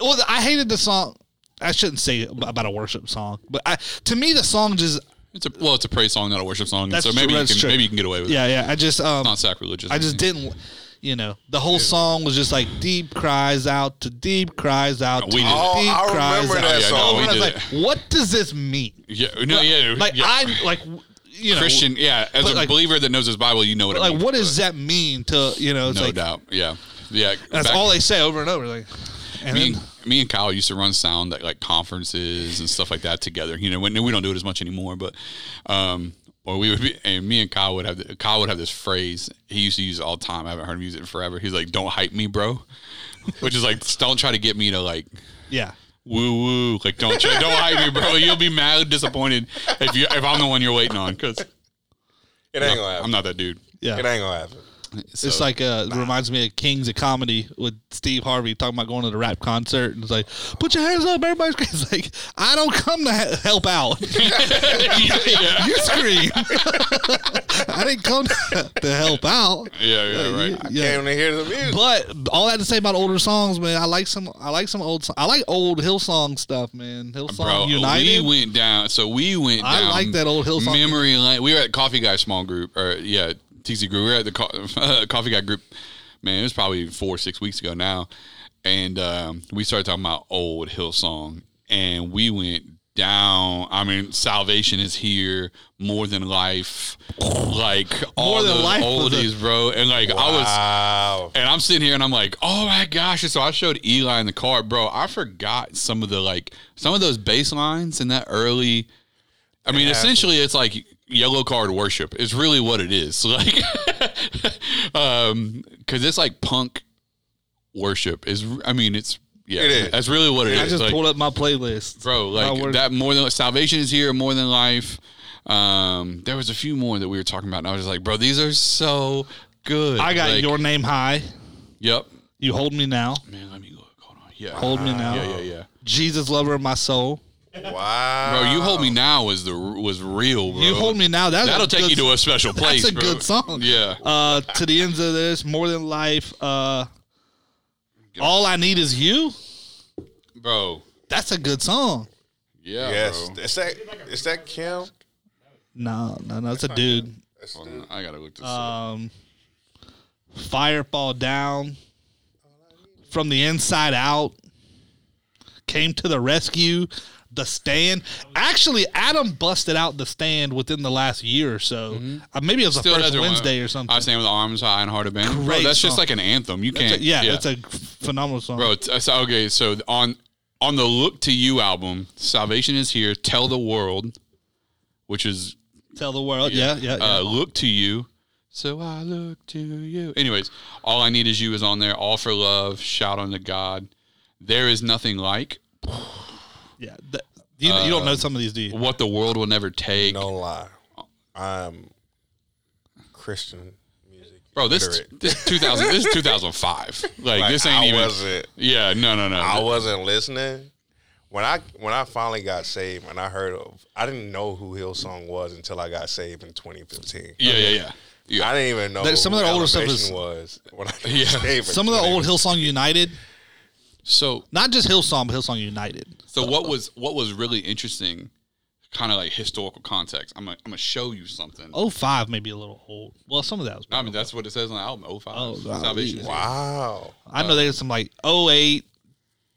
S2: Well, I hated the song. I shouldn't say about a worship song, but I, to me, the song just
S3: It's a well, it's a praise song, not a worship song.
S2: That's
S3: so
S2: true,
S3: maybe you
S2: that's
S3: can
S2: true.
S3: maybe you can get away with it.
S2: yeah, yeah. I just um,
S3: Not sacrilegious.
S2: I just didn't. You know, the whole song was just like deep cries out to deep cries out to
S3: We
S2: deep
S3: did it.
S4: Oh, I
S2: cries
S4: remember
S2: out.
S4: that
S3: Yeah, no,
S4: song.
S3: we
S2: And I was
S3: did
S2: like,
S3: it.
S2: what does this mean?
S3: Yeah, no, yeah,
S2: Like
S3: yeah.
S2: I like w- you know
S3: Christian. Yeah, as
S2: but
S3: a
S2: like-
S3: believer that knows his Bible, you know what. it
S2: Like
S3: means,
S2: what does that mean to you know? It's
S3: No
S2: like
S3: doubt. Yeah, yeah.
S2: that's
S3: back-
S2: all they say over and over. Like, and
S3: me,
S2: then,
S3: and- me and Kyle used to run sound at like conferences and stuff like that together. You know, when we don't do it as much anymore, but um, or we would be, and me and Kyle would have the, Kyle would have this phrase he used to use it all the time. I haven't heard him use it in forever. He's like, "Don't hype me, bro," which is like, don't try to get me to like
S2: yeah.
S3: woo woo. Like, don't try, don't hype me, bro. You'll be mad, disappointed if you if I'm the one you're waiting on because
S4: It ain't gonna happen.
S3: I'm not that dude.
S2: Yeah.
S4: It ain't gonna happen.
S2: It's
S3: So-
S2: like uh, it reminds me of Kings of Comedy with Steve Harvey talking about going to the rap concert and it's like, put your hands up, everybody! scream." It's like, I don't come to he- help out.
S3: yeah,
S2: You scream. I didn't come to, to help out.
S3: yeah, yeah, right.
S2: Yeah.
S4: Came to hear the music.
S2: But all that to say about older songs, man, I like some. I like some old. so- I like old Hillsong stuff, man. Hillsong
S3: Bro,
S2: United.
S3: we went down. So we went.
S2: I
S3: down
S2: like that old Hillsong-
S3: memory lane. We were at Coffee Guy small group, or yeah, TC group. We were at the co- Coffee Guy group. Man, it was probably four, six weeks ago now, and um, we started talking about old Hillsong, and we went down. I mean, salvation is here, more than life, like all
S2: More Than
S3: those
S2: Life was a-
S3: oldies, bro. And like I was,
S4: Wow.
S3: and I'm sitting here and I'm like, oh my gosh. And so I showed Eli in the car, bro. I forgot some of the like some of those bass lines in that early. I mean, essentially, it's like yellow card worship. It's really what it is. Like, um, because it's like punk worship. Is I mean, it's yeah,
S4: It is.
S3: that's really what it is.
S2: I just
S3: Like,
S2: pulled up my playlist,
S3: bro.
S2: My
S3: Like
S2: word.
S3: that more than salvation is here, more than life. Um, there was a few more that we were talking about, and I was just like, bro, these are so good.
S2: I got
S3: Like,
S2: your name high.
S3: Yep.
S2: You hold me now.
S3: Man, let me look. Hold on. Yeah.
S2: Hold me now.
S3: Yeah, yeah, yeah.
S2: Jesus, lover of my soul.
S4: Wow.
S3: Bro, you hold me now was the was real, bro.
S2: You hold me now. That's a
S3: That'll take
S2: good
S3: you to a special place.
S2: That's a
S3: bro.
S2: good song.
S3: Yeah.
S2: Uh, to the ends of this, more than life. Uh, all I need is you.
S3: Bro.
S2: That's a good song.
S3: Yeah.
S4: Yes.
S3: Bro.
S4: Is that is that Kim?
S2: No, no, no. It's a dude.
S3: Hold on, I gotta look this up.
S2: Um, fire fall down. From the inside out. Came to the rescue. The stand. Actually, Adam busted out the stand within the last year or so. Uh, maybe it was the
S3: Mm-hmm. Still
S2: first
S3: doesn't work.
S2: Wednesday or something.
S3: I stand with arms high and heart of band. Bro,
S2: Great
S3: that's
S2: song.
S3: just like an anthem. You can't.
S2: yeah, it's a phenomenal song.
S3: Bro, t- so- okay, so on on the Look to You album, Salvation is Here, Tell the World, which is
S2: Tell the world. Yeah, yeah, yeah.
S3: uh, look to you. So I look to you. Anyways, all I need is you is on there. All for love. Shout unto God. There is nothing like
S2: yeah. Th- you, you
S3: Uh,
S2: don't know some of these, do you?
S3: what the world will never take.
S4: No lie. I'm Christian music.
S3: Bro, this
S4: literate.
S3: this 2000 this is 2005. Like,
S4: Like,
S3: this ain't
S4: I
S3: even.
S4: wasn't.
S3: Yeah, no, no, no.
S4: I wasn't listening. When I when I finally got saved and I heard of I didn't know who Hillsong was until I got saved in 2015.
S3: yeah, yeah, yeah. Yeah.
S4: I didn't even know
S2: There's some
S4: who
S2: of their older stuff
S4: Elevation
S2: is-
S4: was when I got
S3: Yeah.
S4: saved in
S2: Some of the old
S4: 2015.
S2: Hillsong United,
S3: so
S2: not just Hillsong, but Hillsong United.
S3: So what was what was really interesting, kind of like historical context. I'm gonna, I'm gonna show you something.
S2: Oh five, maybe a little old. Well, some of that was.
S3: I mean that's what it says on the album. 05.
S2: Oh, golly.
S3: Salvation. is Here.
S4: Wow.
S2: I know there's some like 08,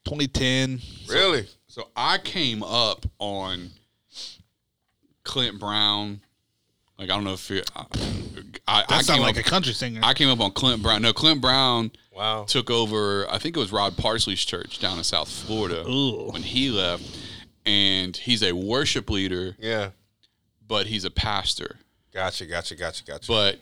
S2: 2010.
S4: Really?
S3: So I came up on Clint Brown. Like I don't know if you I, I, I
S2: That
S3: came
S2: sounds like
S3: up,
S2: a country singer.
S3: I came up on Clint Brown. No, Clint Brown
S4: Wow.
S3: took over. I think it was Rod Parsley's church down in South Florida
S2: Ooh.
S3: when he left, and he's a worship leader,
S4: Yeah.
S3: but he's a pastor.
S4: Gotcha. Gotcha. Gotcha. Gotcha.
S3: But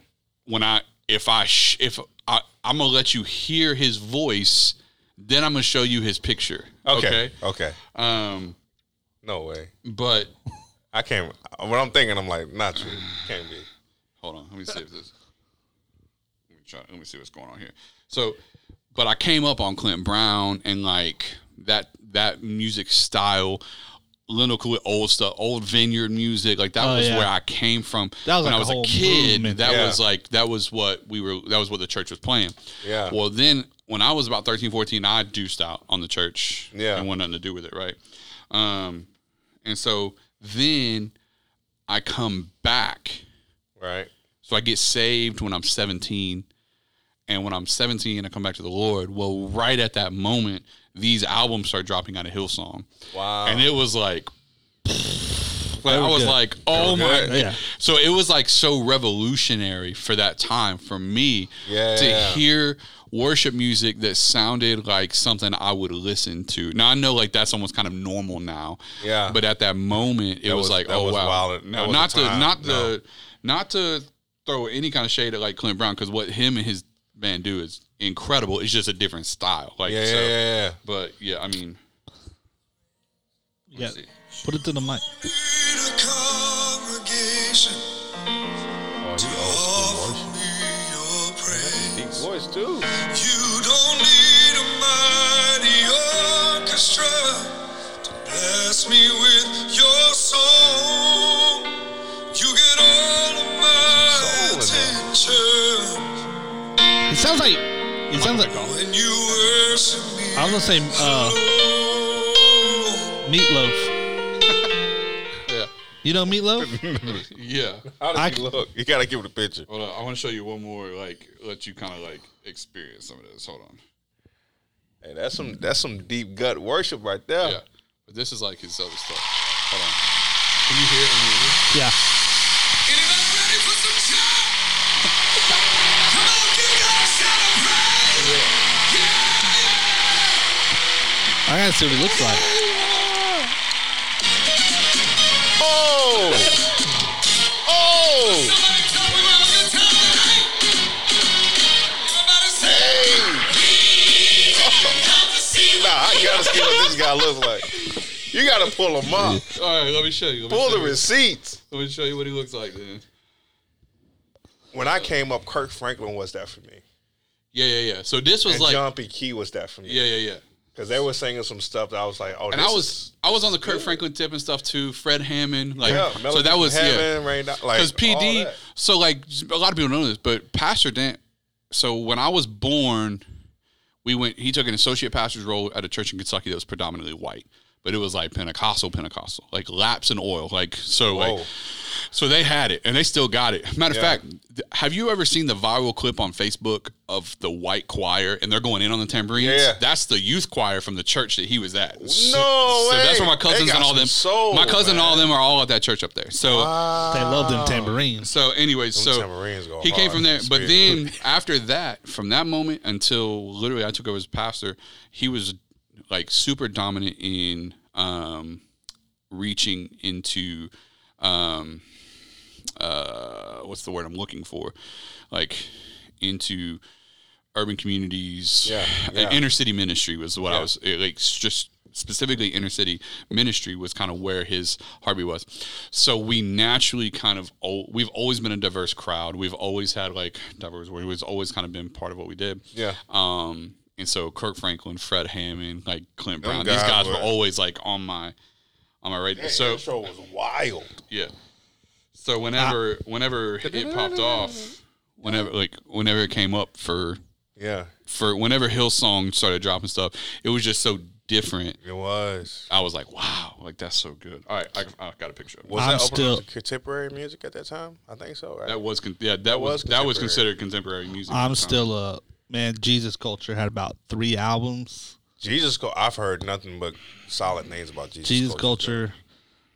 S3: when I if I sh- if I I'm gonna let you hear his voice, then I'm gonna show you his picture.
S4: okay. Okay.
S3: Um,
S4: No way.
S3: but
S4: I can't. What I'm thinking, I'm like, not true. Can't be.
S3: Hold on, let me see if this. Let me, try, let me see what's going on here. So, but I came up on Clint Brown and like that that music style, Leno Coolidge, old stuff, old Vineyard music. Like that
S2: Oh,
S3: was
S2: yeah.
S3: where I came from.
S2: That was
S3: when
S2: like
S3: I
S2: a
S3: was a
S2: whole
S3: kid.
S2: movement.
S3: That
S4: Yeah.
S3: was like that was what we were. That was what the church was playing.
S4: Yeah.
S3: Well, then when I was about 13, 14, I deuced out on the church.
S4: Yeah.
S3: And wanted nothing to do with it, right? Um, and so then I come back.
S4: Right.
S3: So I get saved when I'm 17. And when I'm 17, I come back to the Lord. Well, right at that moment, these albums start dropping out of Hillsong.
S4: Wow.
S3: And it was like, like,
S2: were
S3: I was
S2: good.
S3: like, oh
S4: They were
S3: my.
S4: good.
S2: Yeah.
S3: So it was like so revolutionary for that time for me
S4: Yeah.
S3: to hear worship music that sounded like something I would listen to. Now I know like that's almost kind of normal now.
S4: Yeah.
S3: But at that moment, it was,
S4: was-
S3: like,
S4: that
S3: oh
S4: was
S3: wow,
S4: wild. That
S3: no,
S4: was
S3: not
S4: a
S3: to
S4: time.
S3: not to not to throw any kind of shade at like Clint Brown because what him and his band do is incredible. It's just a different style. Like
S4: yeah,
S3: so,
S4: yeah, yeah, yeah.
S3: But yeah, I mean,
S2: Yeah. Put it to the mic.
S4: Oh, he old school voice. Deep voice too.
S6: Bless me with your song. You get all of my
S4: Soul in there.
S6: attention
S2: It sounds like. It sounds like. I
S6: when you worship me.
S2: was gonna say uh,
S6: Lord.
S2: meatloaf.
S3: yeah,
S2: You know meatloaf?
S3: yeah.
S4: How does
S2: I-
S4: he look? You gotta give it a picture.
S3: Hold on, I want to show you one more. Like, let you kind of like experience some of this. Hold on.
S4: Hey, that's some that's some deep gut worship right there.
S3: Yeah, but this is like his other stuff. Hold on. Can you hear it? Can you hear it?
S2: Yeah.
S6: Anybody ready for some joy? Come on, give God a shout of praise.
S2: I gotta see what it looks like.
S4: Oh, oh,
S6: Somebody tell me we have a good time tonight. Everybody say, come to see
S4: nah! I gotta see what this guy looks like. You gotta pull him up.
S3: All right, let me show you. Let me
S4: Pull
S3: show
S4: the
S3: you.
S4: receipts.
S3: Let me show you what he looks like then.
S4: When I came up, Kirk Franklin was that for me,
S3: Yeah, yeah, yeah. So this was
S4: and
S3: like,
S4: John P. Key was that for me.
S3: yeah, yeah, yeah.
S4: because they were singing some stuff that I was like, oh,
S3: And
S4: this
S3: I
S4: is-
S3: was, I was on the Kurt Franklin tip and stuff too. Fred Hammond, like,
S4: yeah,
S3: so
S4: Melody
S3: that
S4: from
S3: was yeah.
S4: heaven, rain down, like
S3: Because
S4: all
S3: PD,
S4: that.
S3: so like a lot of people know this, but Pastor Dan. So when I was born, we went. He took an associate pastor's role at a church in Kentucky that was predominantly white, but it was like Pentecostal, Pentecostal, like laps in oil, like so,
S4: Whoa.
S3: like So they had it, and they still got it. Matter
S4: Yeah.
S3: of fact, th- have you ever seen the viral clip on Facebook of the white choir and they're going in on the tambourines?
S4: Yeah.
S3: That's the youth choir from the church that he was at. No
S4: No
S3: So that's
S4: way.
S3: where my
S4: They
S3: cousins
S4: got
S3: and all
S4: some
S3: them.
S4: soul,
S3: my cousin and
S4: man.
S3: all them are all at that church up there. So.
S2: They love them tambourines.
S3: So, anyways,
S4: Them
S3: so
S4: tambourines go
S3: he came
S4: hard.
S3: from there. But
S4: Spirit.
S3: then after that, from that moment until literally I took over as pastor, he was like super dominant in um, reaching into um, uh, what's the word I'm looking for, like into urban communities. Uh,
S4: Yeah, yeah.
S3: inner city ministry was what I
S4: Yeah.
S3: was it, like s- just specifically inner city ministry was kind of where his Harvey was. So we naturally kind of al- we've always been a diverse crowd. We've always had like diverse. We've always- always kind of been part of what we did.
S4: Yeah.
S3: Um. And so Kirk Franklin, Fred Hammond, like Clint Brown,
S4: guys
S3: these guys
S4: were-
S3: were always like on my on my radar. So
S4: that show was wild.
S3: yeah. So whenever whenever it popped off, whenever like whenever it came up for
S4: Yeah,
S3: for whenever Hillsong started dropping stuff, it was just so different.
S4: it was.
S3: I was like, wow, like that's so good. All right, I, I got a picture. Of it.
S4: Was
S2: I'm
S4: that
S2: still-
S4: still contemporary music at that time? I think so. Right?
S3: That was con- yeah, that was
S4: was
S3: that was
S4: contemporary.
S3: considered contemporary music. at
S2: I'm
S3: the time.
S2: still a man. Jesus Culture had about three albums.
S4: Jesus, Co- I've heard nothing but solid things about Jesus.
S2: Jesus
S4: culture.
S2: Culture.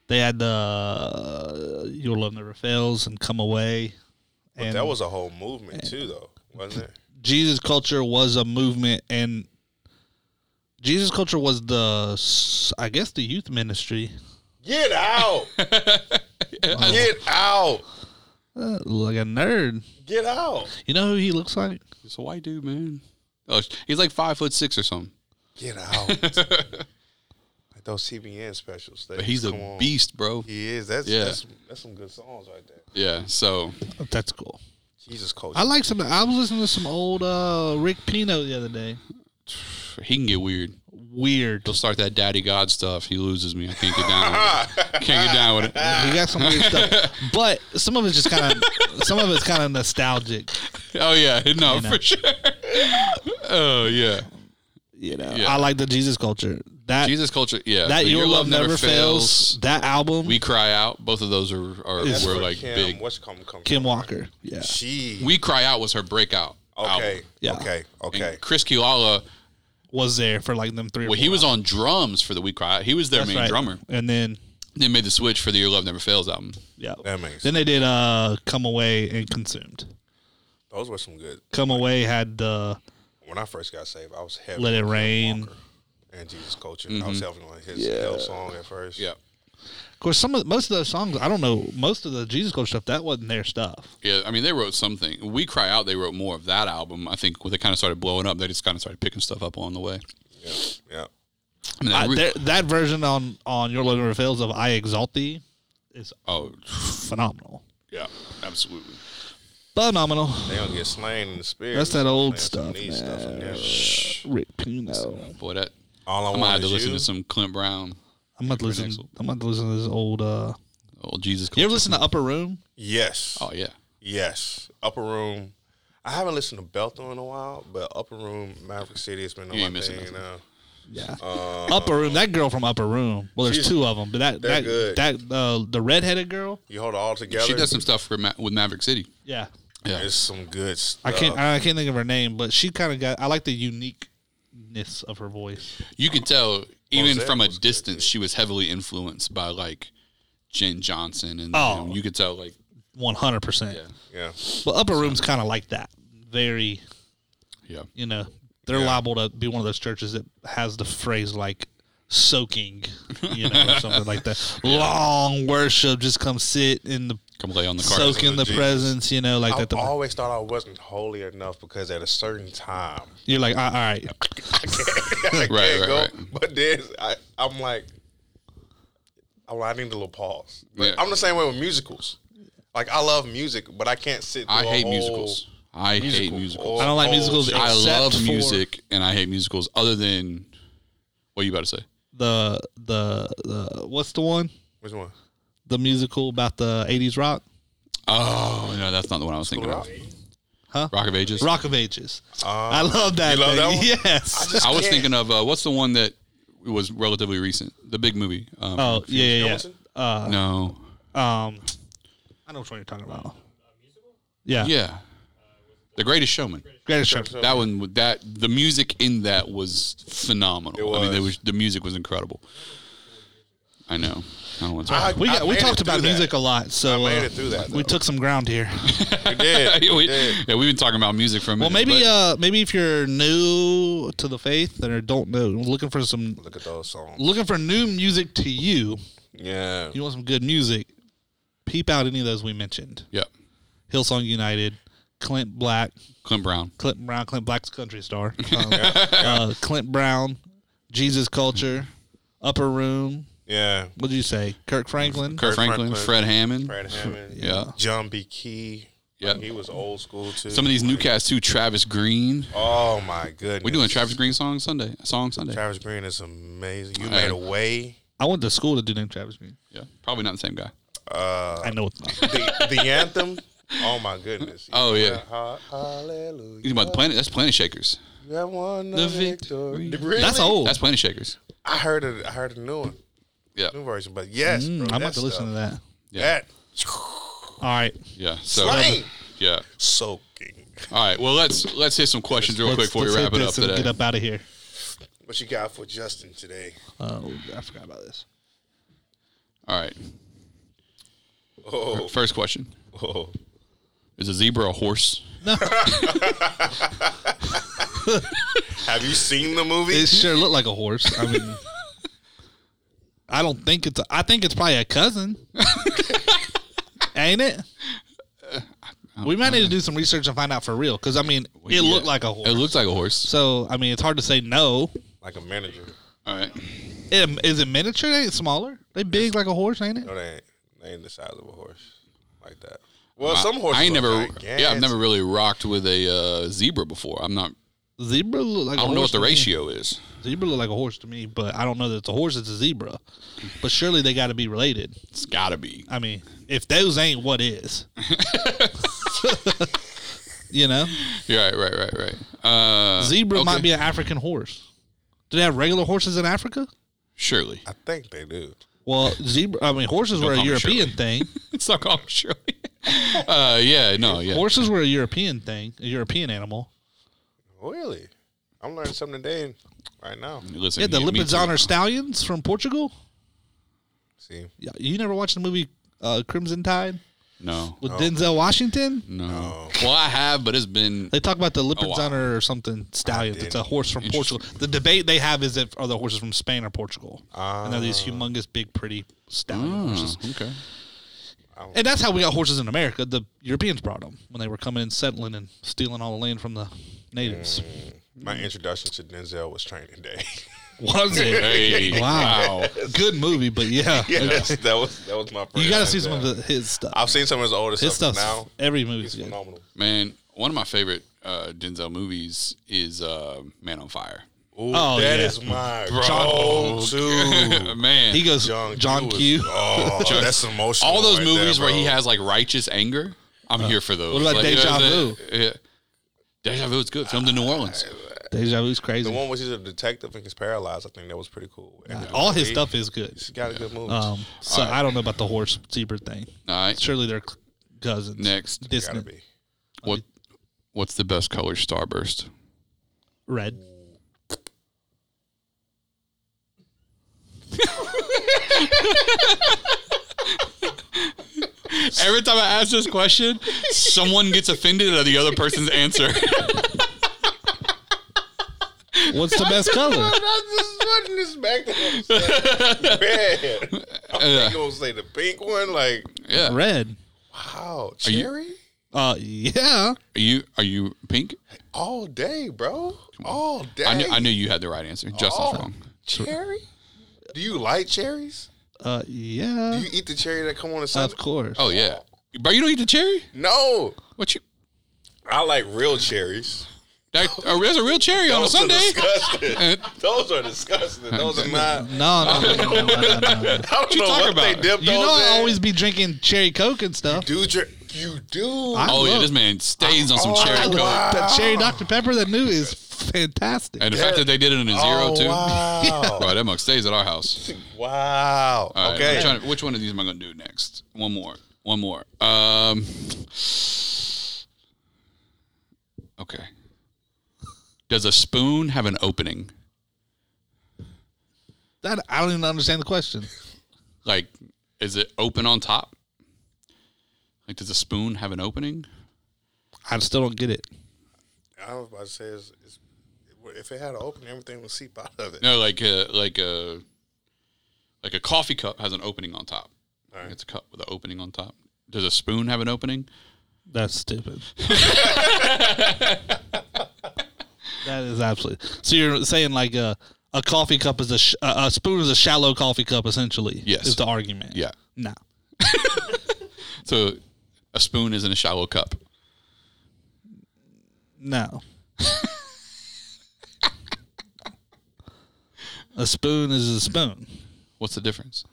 S2: They had the uh, "Your Love Never Fails" and "Come Away."
S4: But
S2: and
S4: that was a whole movement too, though. was it?
S2: Jesus culture was a movement, and Jesus culture was the, s- I guess, the youth ministry.
S4: Get out! Get out!
S2: Uh, like a nerd.
S4: Get out!
S2: You know who he looks like?
S3: He's a white dude, man. Oh, sh- he's like five foot six or something.
S4: Get out! like those CBN specials. They
S3: But he's a
S4: come on.
S3: beast, bro.
S4: He is. That's,
S3: Yeah.
S4: that's that's some good songs right there.
S3: Yeah. So
S2: That's cool.
S4: Jesus culture.
S2: I like some. I was listening to some old uh, Rick Pino the other day.
S3: he can get weird.
S2: Weird.
S3: He'll start that daddy god stuff. He loses me. I can't get down with it. Can't get down with it.
S2: He got some weird stuff, but some of it's just kind of, some of it's kind of nostalgic.
S3: Oh yeah, no,
S2: know.
S3: for sure. oh yeah,
S2: You know,
S3: Yeah.
S2: I like the Jesus culture. That
S3: Jesus culture. Yeah,
S2: that
S3: The
S2: your, love, never, fails. That album,
S3: We cry out. Both of those are are
S4: That's
S3: were
S4: where
S3: like
S4: Kim,
S3: big.
S4: What's come come?
S2: Kim
S4: from, right?
S2: Walker. Yeah,
S4: She.
S3: We cry out was her breakout.
S4: okay.
S3: album.
S2: Yeah.
S4: Okay.
S3: And
S4: Okay.
S3: Chris Kiala,
S2: was there for like them three. or
S3: well, he
S2: four
S3: was on drums for the We Cry Out. He was their
S2: albums.
S3: main
S2: That's right.
S3: drummer.
S2: and then
S3: Then made the switch for the Your Love Never Fails album.
S2: yeah,
S4: That makes
S2: then they did uh, Come Away and Consumed.
S4: Those were some good.
S2: Come Away had the
S4: When I first got saved, I was heavy.
S2: Let It
S4: on Kim
S2: Rain.
S4: Walker And Jesus culture. I was heavy on his Hell song at first.
S3: Mm-hmm. Yeah,
S2: Of course, some of most of those songs, I don't know, most of the Jesus Culture stuff that wasn't their stuff.
S3: yeah. I mean, they wrote something. We Cry Out. They wrote more of that album. I think when they kind of started blowing up, they just kind of started picking stuff up along the way.
S4: Yeah. Yeah.
S3: I mean, they
S2: I,
S3: re-
S2: that- that version on on Your Love Never Fails of I Exalt Thee is
S3: oh,
S2: phenomenal,
S3: yeah, absolutely.
S2: phenomenal.
S4: They gonna get slain in the spirit.
S2: That's that old
S4: There's some
S2: stuff,
S4: neat
S2: man.
S4: stuff in there.
S2: Rick Pino.
S3: Boy, that
S4: All I
S3: I'm
S4: want
S3: gonna have to
S4: is
S3: listen
S4: you.
S3: to some Clint Brown,
S2: I'm about to listen.
S3: Axel.
S2: I'm about to listen to this old. uh
S3: old Jesus.
S2: You
S3: Culture.
S2: ever listen to Upper Room?
S4: Yes.
S3: Oh yeah.
S4: Yes. Upper Room. I haven't listened to Belter in a while, but Upper Room, Maverick City has been on
S3: You
S4: my
S3: ain't missing
S4: thing
S3: nothing.
S4: now.
S2: Yeah. Upper Room. That girl from Upper Room. Well, there's
S4: Uh, She's-
S2: two of them, but that
S4: they're
S2: that
S4: good.
S2: that uh, the redheaded girl.
S4: You hold it all together.
S3: She does some stuff for Ma- with Maverick City.
S2: Yeah.
S3: Yeah.
S4: It's some good stuff.
S2: I can't. I can't think of her name, but she kind of got. I like the uniqueness of her voice.
S3: you can tell even
S4: Mosaic
S3: from a
S4: Oh, was good,
S3: distance she was heavily influenced by like Jen Johnson and
S2: Oh.
S3: you, know, you could tell like
S2: One hundred percent.
S3: yeah
S4: yeah.
S2: Well, Upper Room's kind of like that. Very.
S3: yeah
S2: You know, they're liable to be one of those churches that has the phrase like soaking, you know, or something like that. Long worship, just come sit in the
S3: come lay on the carpet.
S2: soak in the
S4: Jesus.
S2: presence, you know, like
S4: I
S2: that. The,
S4: always thought I wasn't holy enough because at a certain time,
S2: you're like, "Uh, all all right,
S4: I
S3: Right,
S4: can't
S3: right,
S4: go.
S3: right.
S4: But then I, I'm like, oh, I need a little pause. But
S3: Yeah.
S4: I'm the same way with musicals. Like I love music, but I can't sit. Through
S3: I
S4: a
S3: hate
S4: whole
S3: musicals. I hate
S4: musical Oh,
S3: musicals.
S4: or
S2: I don't like
S4: whole
S2: musicals.
S4: show.
S3: I
S2: Except
S3: love
S2: for-
S3: music and I hate musicals other than what you about to say?
S2: the the the what's the one?
S4: Which one?
S2: The musical about the '80s rock,
S3: Oh no, that's not the one I was thinking of.
S2: Huh?
S3: Rock of Ages.
S2: Rock of Ages. I love that.
S4: Uh, you love that
S2: thing.
S4: one?
S2: Yes.
S3: I was
S4: Yeah.
S3: thinking of uh, what's the one that was relatively recent? The big movie. Um,
S2: oh yeah, yeah,
S4: Hamilton?
S2: yeah. Uh,
S3: no.
S2: um, I know which one you're talking about. Yeah,
S3: Yeah. The Greatest Showman.
S2: Greatest Showman.
S3: That one, that the music in that was phenomenal.
S4: It
S3: I mean, there
S4: was.
S3: was the music was incredible. I know. I don't want to
S4: I-
S3: talk.
S2: We got, we
S4: made
S2: talked
S4: it
S2: about
S4: through
S2: music a lot, so
S4: I made
S2: uh,
S4: it through that,
S2: we
S4: though.
S2: took some ground here.
S4: You did.
S3: yeah, we,
S4: You did.
S3: have been talking about music for a
S2: Well,
S3: minute.
S2: maybe
S3: but
S2: uh, maybe if you're new to the faith or don't know, looking for some
S4: Look at those songs.
S2: looking for new music to you,
S4: Yeah.
S2: you want some good music, peep out any of those we mentioned.
S3: yeah,
S2: Hillsong United, Clint Black,
S3: Clint Brown.
S2: Clint Brown, Clint Black's a country star. Um, uh, Clint Brown, Jesus Culture, Upper Room.
S4: Yeah.
S2: What did you say? Kirk Franklin.
S3: Kurt
S4: Fred
S3: Franklin,
S4: Franklin.
S3: Fred Hammond.
S4: Brad Hammond.
S3: Yeah.
S4: John B. Key.
S3: Yeah.
S4: He was old school too.
S3: Some of these new cats too. Travis Green.
S4: Oh my goodness.
S3: We're doing Travis Green song Sunday. Song Sunday.
S4: Travis Green is amazing. You
S3: Uh,
S4: made a way.
S2: I went to school to do name Travis Green.
S3: Yeah, probably not the same guy. Uh,
S2: I know it's not.
S4: The, the anthem. Oh my goodness.
S3: Oh yeah,
S4: Ha- Hallelujah.
S3: he's about the planet. That's Planet Shakers.
S4: You have won the,
S3: The
S4: victory.
S3: victory.
S4: Really?
S2: That's old.
S3: That's Planet Shakers.
S4: I heard it. I heard a new one,
S3: Yeah,
S4: new version. But yes,
S2: Mm,
S4: bro,
S2: I'm
S4: that
S2: about to listen to
S4: stuff-
S2: that.
S4: That
S2: All right.
S3: yeah. So
S4: slang
S3: yeah.
S4: soaking.
S3: All right. Well, let's let's hit some questions real
S2: Let's-
S3: quick before we
S2: let's hit
S3: wrap it up
S2: this and
S3: today.
S2: Get up out of here.
S4: What you got for Justin today?
S2: Oh, I forgot about this.
S3: All right.
S4: Oh,
S3: First question:
S4: oh.
S3: Is a zebra a horse?
S4: Have you seen the movie?
S2: It sure looked like a horse. I mean, I don't think it's. A, I think it's probably a cousin, ain't it?
S3: Uh,
S2: We might need to do some research and find out for real, because I mean, it
S3: Yeah.
S2: looked like a horse.
S3: It looks like a horse.
S2: so I mean, it's hard to say no.
S4: like a manager.
S3: All right.
S2: It, is it miniature? They ain't smaller. They big like a horse, ain't it?
S4: No, they ain't. They ain't the size of a horse like that. Well, some horses.
S3: I ain't
S4: are
S3: never.
S4: gigantic.
S3: Yeah, I've never really rocked with a uh, zebra before. I'm not.
S2: Zebra look like.
S3: I
S2: a
S3: don't know
S2: horse
S3: what the
S2: to me.
S3: ratio is.
S2: Zebra look like a horse to me, but I don't know that it's a horse. It's a zebra, but surely they got to be related.
S3: It's got to be.
S2: I mean, if those ain't what is, you know,
S3: Yeah, right, right, right, right. Uh,
S2: zebra
S3: okay.
S2: might be an African horse. Do they have regular horses in Africa?
S3: Surely.
S4: I think they do.
S2: Well, zebra. I mean, horses were a
S3: call me
S2: European
S3: Shirley.
S2: thing.
S3: It's not called Shirley. uh, yeah, no, yeah.
S2: Horses were a European thing, a European animal.
S4: Really? I'm learning something today, right now.
S3: Listen,
S2: Yeah, the
S3: me too.
S2: Lipizzan are stallions from Portugal.
S4: See,
S2: Yeah, You never watched the movie uh, Crimson Tide
S3: No,
S2: with Denzel Washington?
S3: no. Well, I have, but it's been
S2: They talk about the Lipizzan
S3: wow.
S2: or something stallions. It's a horse from Portugal. The debate they have is if are the horses from Spain or Portugal, and they're these humongous, big, pretty stallion horses.
S3: okay.
S2: And that's how we got horses in America. The Europeans brought them when they were coming and settling and stealing all the land from the natives.
S4: my introduction to Denzel was Training Day.
S2: Was it?
S3: Hey,
S2: Wow. Good movie, but yeah.
S4: yes, that was that was my. First
S2: You got to
S4: time
S2: see some of
S4: there.
S2: the, his stuff.
S4: I've seen some of his older
S2: his stuff.
S4: stuff now.
S2: Every movie's
S4: It's
S2: good.
S4: phenomenal.
S3: man. One of my favorite uh, Denzel movies is uh, Man on Fire.
S4: Ooh,
S2: Oh,
S4: that
S2: yeah.
S4: is my
S2: John-
S4: bro too.
S3: Uh, man,
S2: He goes
S4: John
S2: Oh, John,
S4: Q
S2: Q.
S4: is- Oh, that's emotional.
S3: all those
S4: right
S3: movies
S4: there,
S3: where he
S4: bro.
S3: has like righteous anger. I'm here for those.
S2: what about
S3: like,
S2: Deja
S3: the- Yeah. Deja Vu is good. Filmed in New Orleans.
S2: Deja Vu's crazy.
S4: The one where he's a detective and he's paralyzed, I think that was pretty cool. And the
S2: all his
S4: movie,
S2: stuff is good.
S4: He's got a good movie.
S2: Um, so I don't know about the horse zebra thing.
S3: All right.
S2: Surely they're c- cousins.
S3: Next.
S4: Gotta
S2: Distant.
S4: be.
S3: What? What's the best color starburst?
S2: Red.
S3: Every time I ask this question, someone gets offended at the other person's answer.
S2: What's the best color?
S4: I just putting this back to him. Man, I'm gonna say the pink one, like
S3: yeah.
S2: Red.
S4: wow,
S3: you-
S4: cherry
S2: Uh, yeah.
S3: Are you are you pink?
S4: all day, bro, all day.
S3: I knew, I knew you had the right answer. Justin's
S4: Oh.
S3: wrong.
S4: cherry. Do you like cherries?
S2: Uh, yeah.
S4: Do you eat the cherry that come on the sun?
S2: Of course.
S3: Oh yeah, bro. You don't eat the cherry?
S4: No,
S3: What you?
S4: I like real cherries.
S3: That, uh, there's a real cherry on a
S4: Those are
S3: Sunday. Uh,
S4: disgusting. Those are disgusting. Those are not.
S2: No, no, no, no, no, no, no, no.
S4: I don't
S3: you talking
S4: know what they
S3: about?
S4: dip
S2: You
S4: those
S2: know I
S4: in.
S2: always be drinking cherry coke and stuff.
S4: do. Jer- you do.
S2: I
S3: Oh yeah,
S2: love-
S3: this man stays on some cherry
S2: I
S3: coke.
S2: love that cherry
S4: Wow.
S2: Dr Pepper. That new is fantastic.
S3: And the fact that they did it in a zero
S4: Oh,
S3: too.
S4: wow.
S3: Bro, that mug stays at our house.
S4: Wow.
S3: All right,
S4: okay.
S3: I'm trying to- which one of these am I going to do next? One more. One more. Um. Okay. Does a spoon have an opening?
S2: That I don't even understand the question.
S3: Like, is it open on top? Like, does a spoon have an opening?
S2: I still don't get it.
S4: I was about to say, is, is, if it had an opening, everything would seep out of it.
S3: No, like a like a like a coffee cup has an opening on top.
S4: Alright.
S3: It's a cup with an opening on top. Does a spoon have an opening?
S2: That's stupid. that is absolutely. So you're saying like a a coffee cup is a sh- a a spoon is a shallow coffee cup essentially.
S3: Yes.
S2: is the argument.
S3: Yeah.
S2: No.
S3: So a spoon is in a shallow cup.
S2: No. a spoon is a spoon.
S3: What's the difference?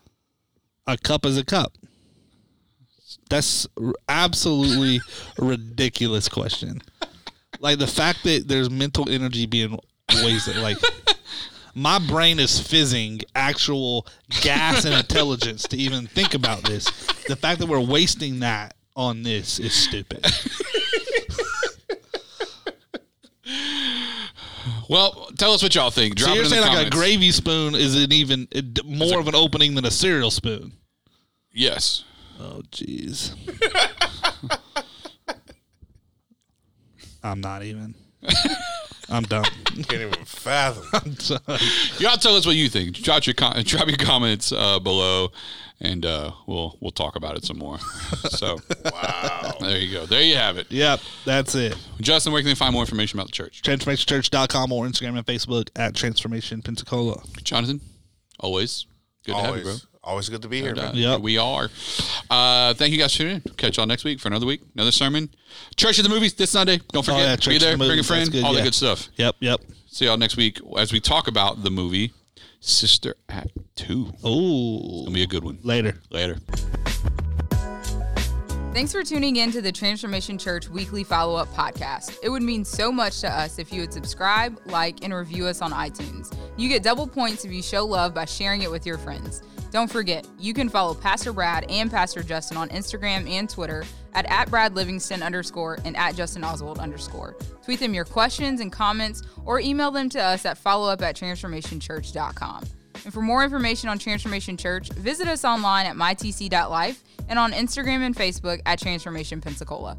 S2: A cup is a cup. That's r- absolutely ridiculous question. Like the fact that there's mental energy being wasted. Like my brain is fizzing actual gas and intelligence to even think about this. The fact that we're wasting that on this is stupid.
S3: Well, tell us what y'all think. Drop
S2: So
S3: it
S2: you're
S3: in the
S2: saying like a
S3: comments.
S2: gravy spoon is an even it- more of an opening than a cereal spoon?
S3: Yes.
S2: Oh, jeez. I'm not even. I'm done.
S4: Can't even fathom.
S2: I'm done.
S3: Y'all tell us what you think. Drop your com- drop your comments uh, below, and uh, we'll we'll talk about it some more. So wow, there you go. There you have it.
S2: Yep, that's it.
S3: Justin, where can they find more information about the church?
S2: TransformationChurch.com or Instagram and Facebook at Transformation Pensacola.
S3: Jonathan, always good to have you, bro.
S4: Always, always good to be here, man.
S3: Uh,
S2: Yep.
S3: We are. Uh, thank you guys for tuning in. Catch y'all next week for another week, another sermon. Church of the movies this Sunday. Don't forget.
S2: Oh, Church
S3: be
S2: of the
S3: there. Bring a
S2: Movies.
S3: friend.
S2: That's good,
S3: all
S2: yeah.
S3: that good stuff.
S2: Yep, yep.
S3: See y'all next week as we talk about the movie Sister Act 2. It'll
S2: Ooh.
S3: be a good one.
S2: Later.
S3: Later.
S1: Thanks for tuning in to the Transformation Church Weekly Follow Up Podcast. It would mean so much to us if you would subscribe, like, and review us on iTunes. You get double points if you show love by sharing it with your friends. Don't forget, you can follow Pastor Brad and Pastor Justin on Instagram and Twitter at, at Brad Livingston underscore and at Justin Oswald underscore. Tweet them your questions and comments or email them to us at followup at transformationchurch.com. And for more information on Transformation Church, visit us online at mytc.life and on Instagram and Facebook at Transformation Pensacola.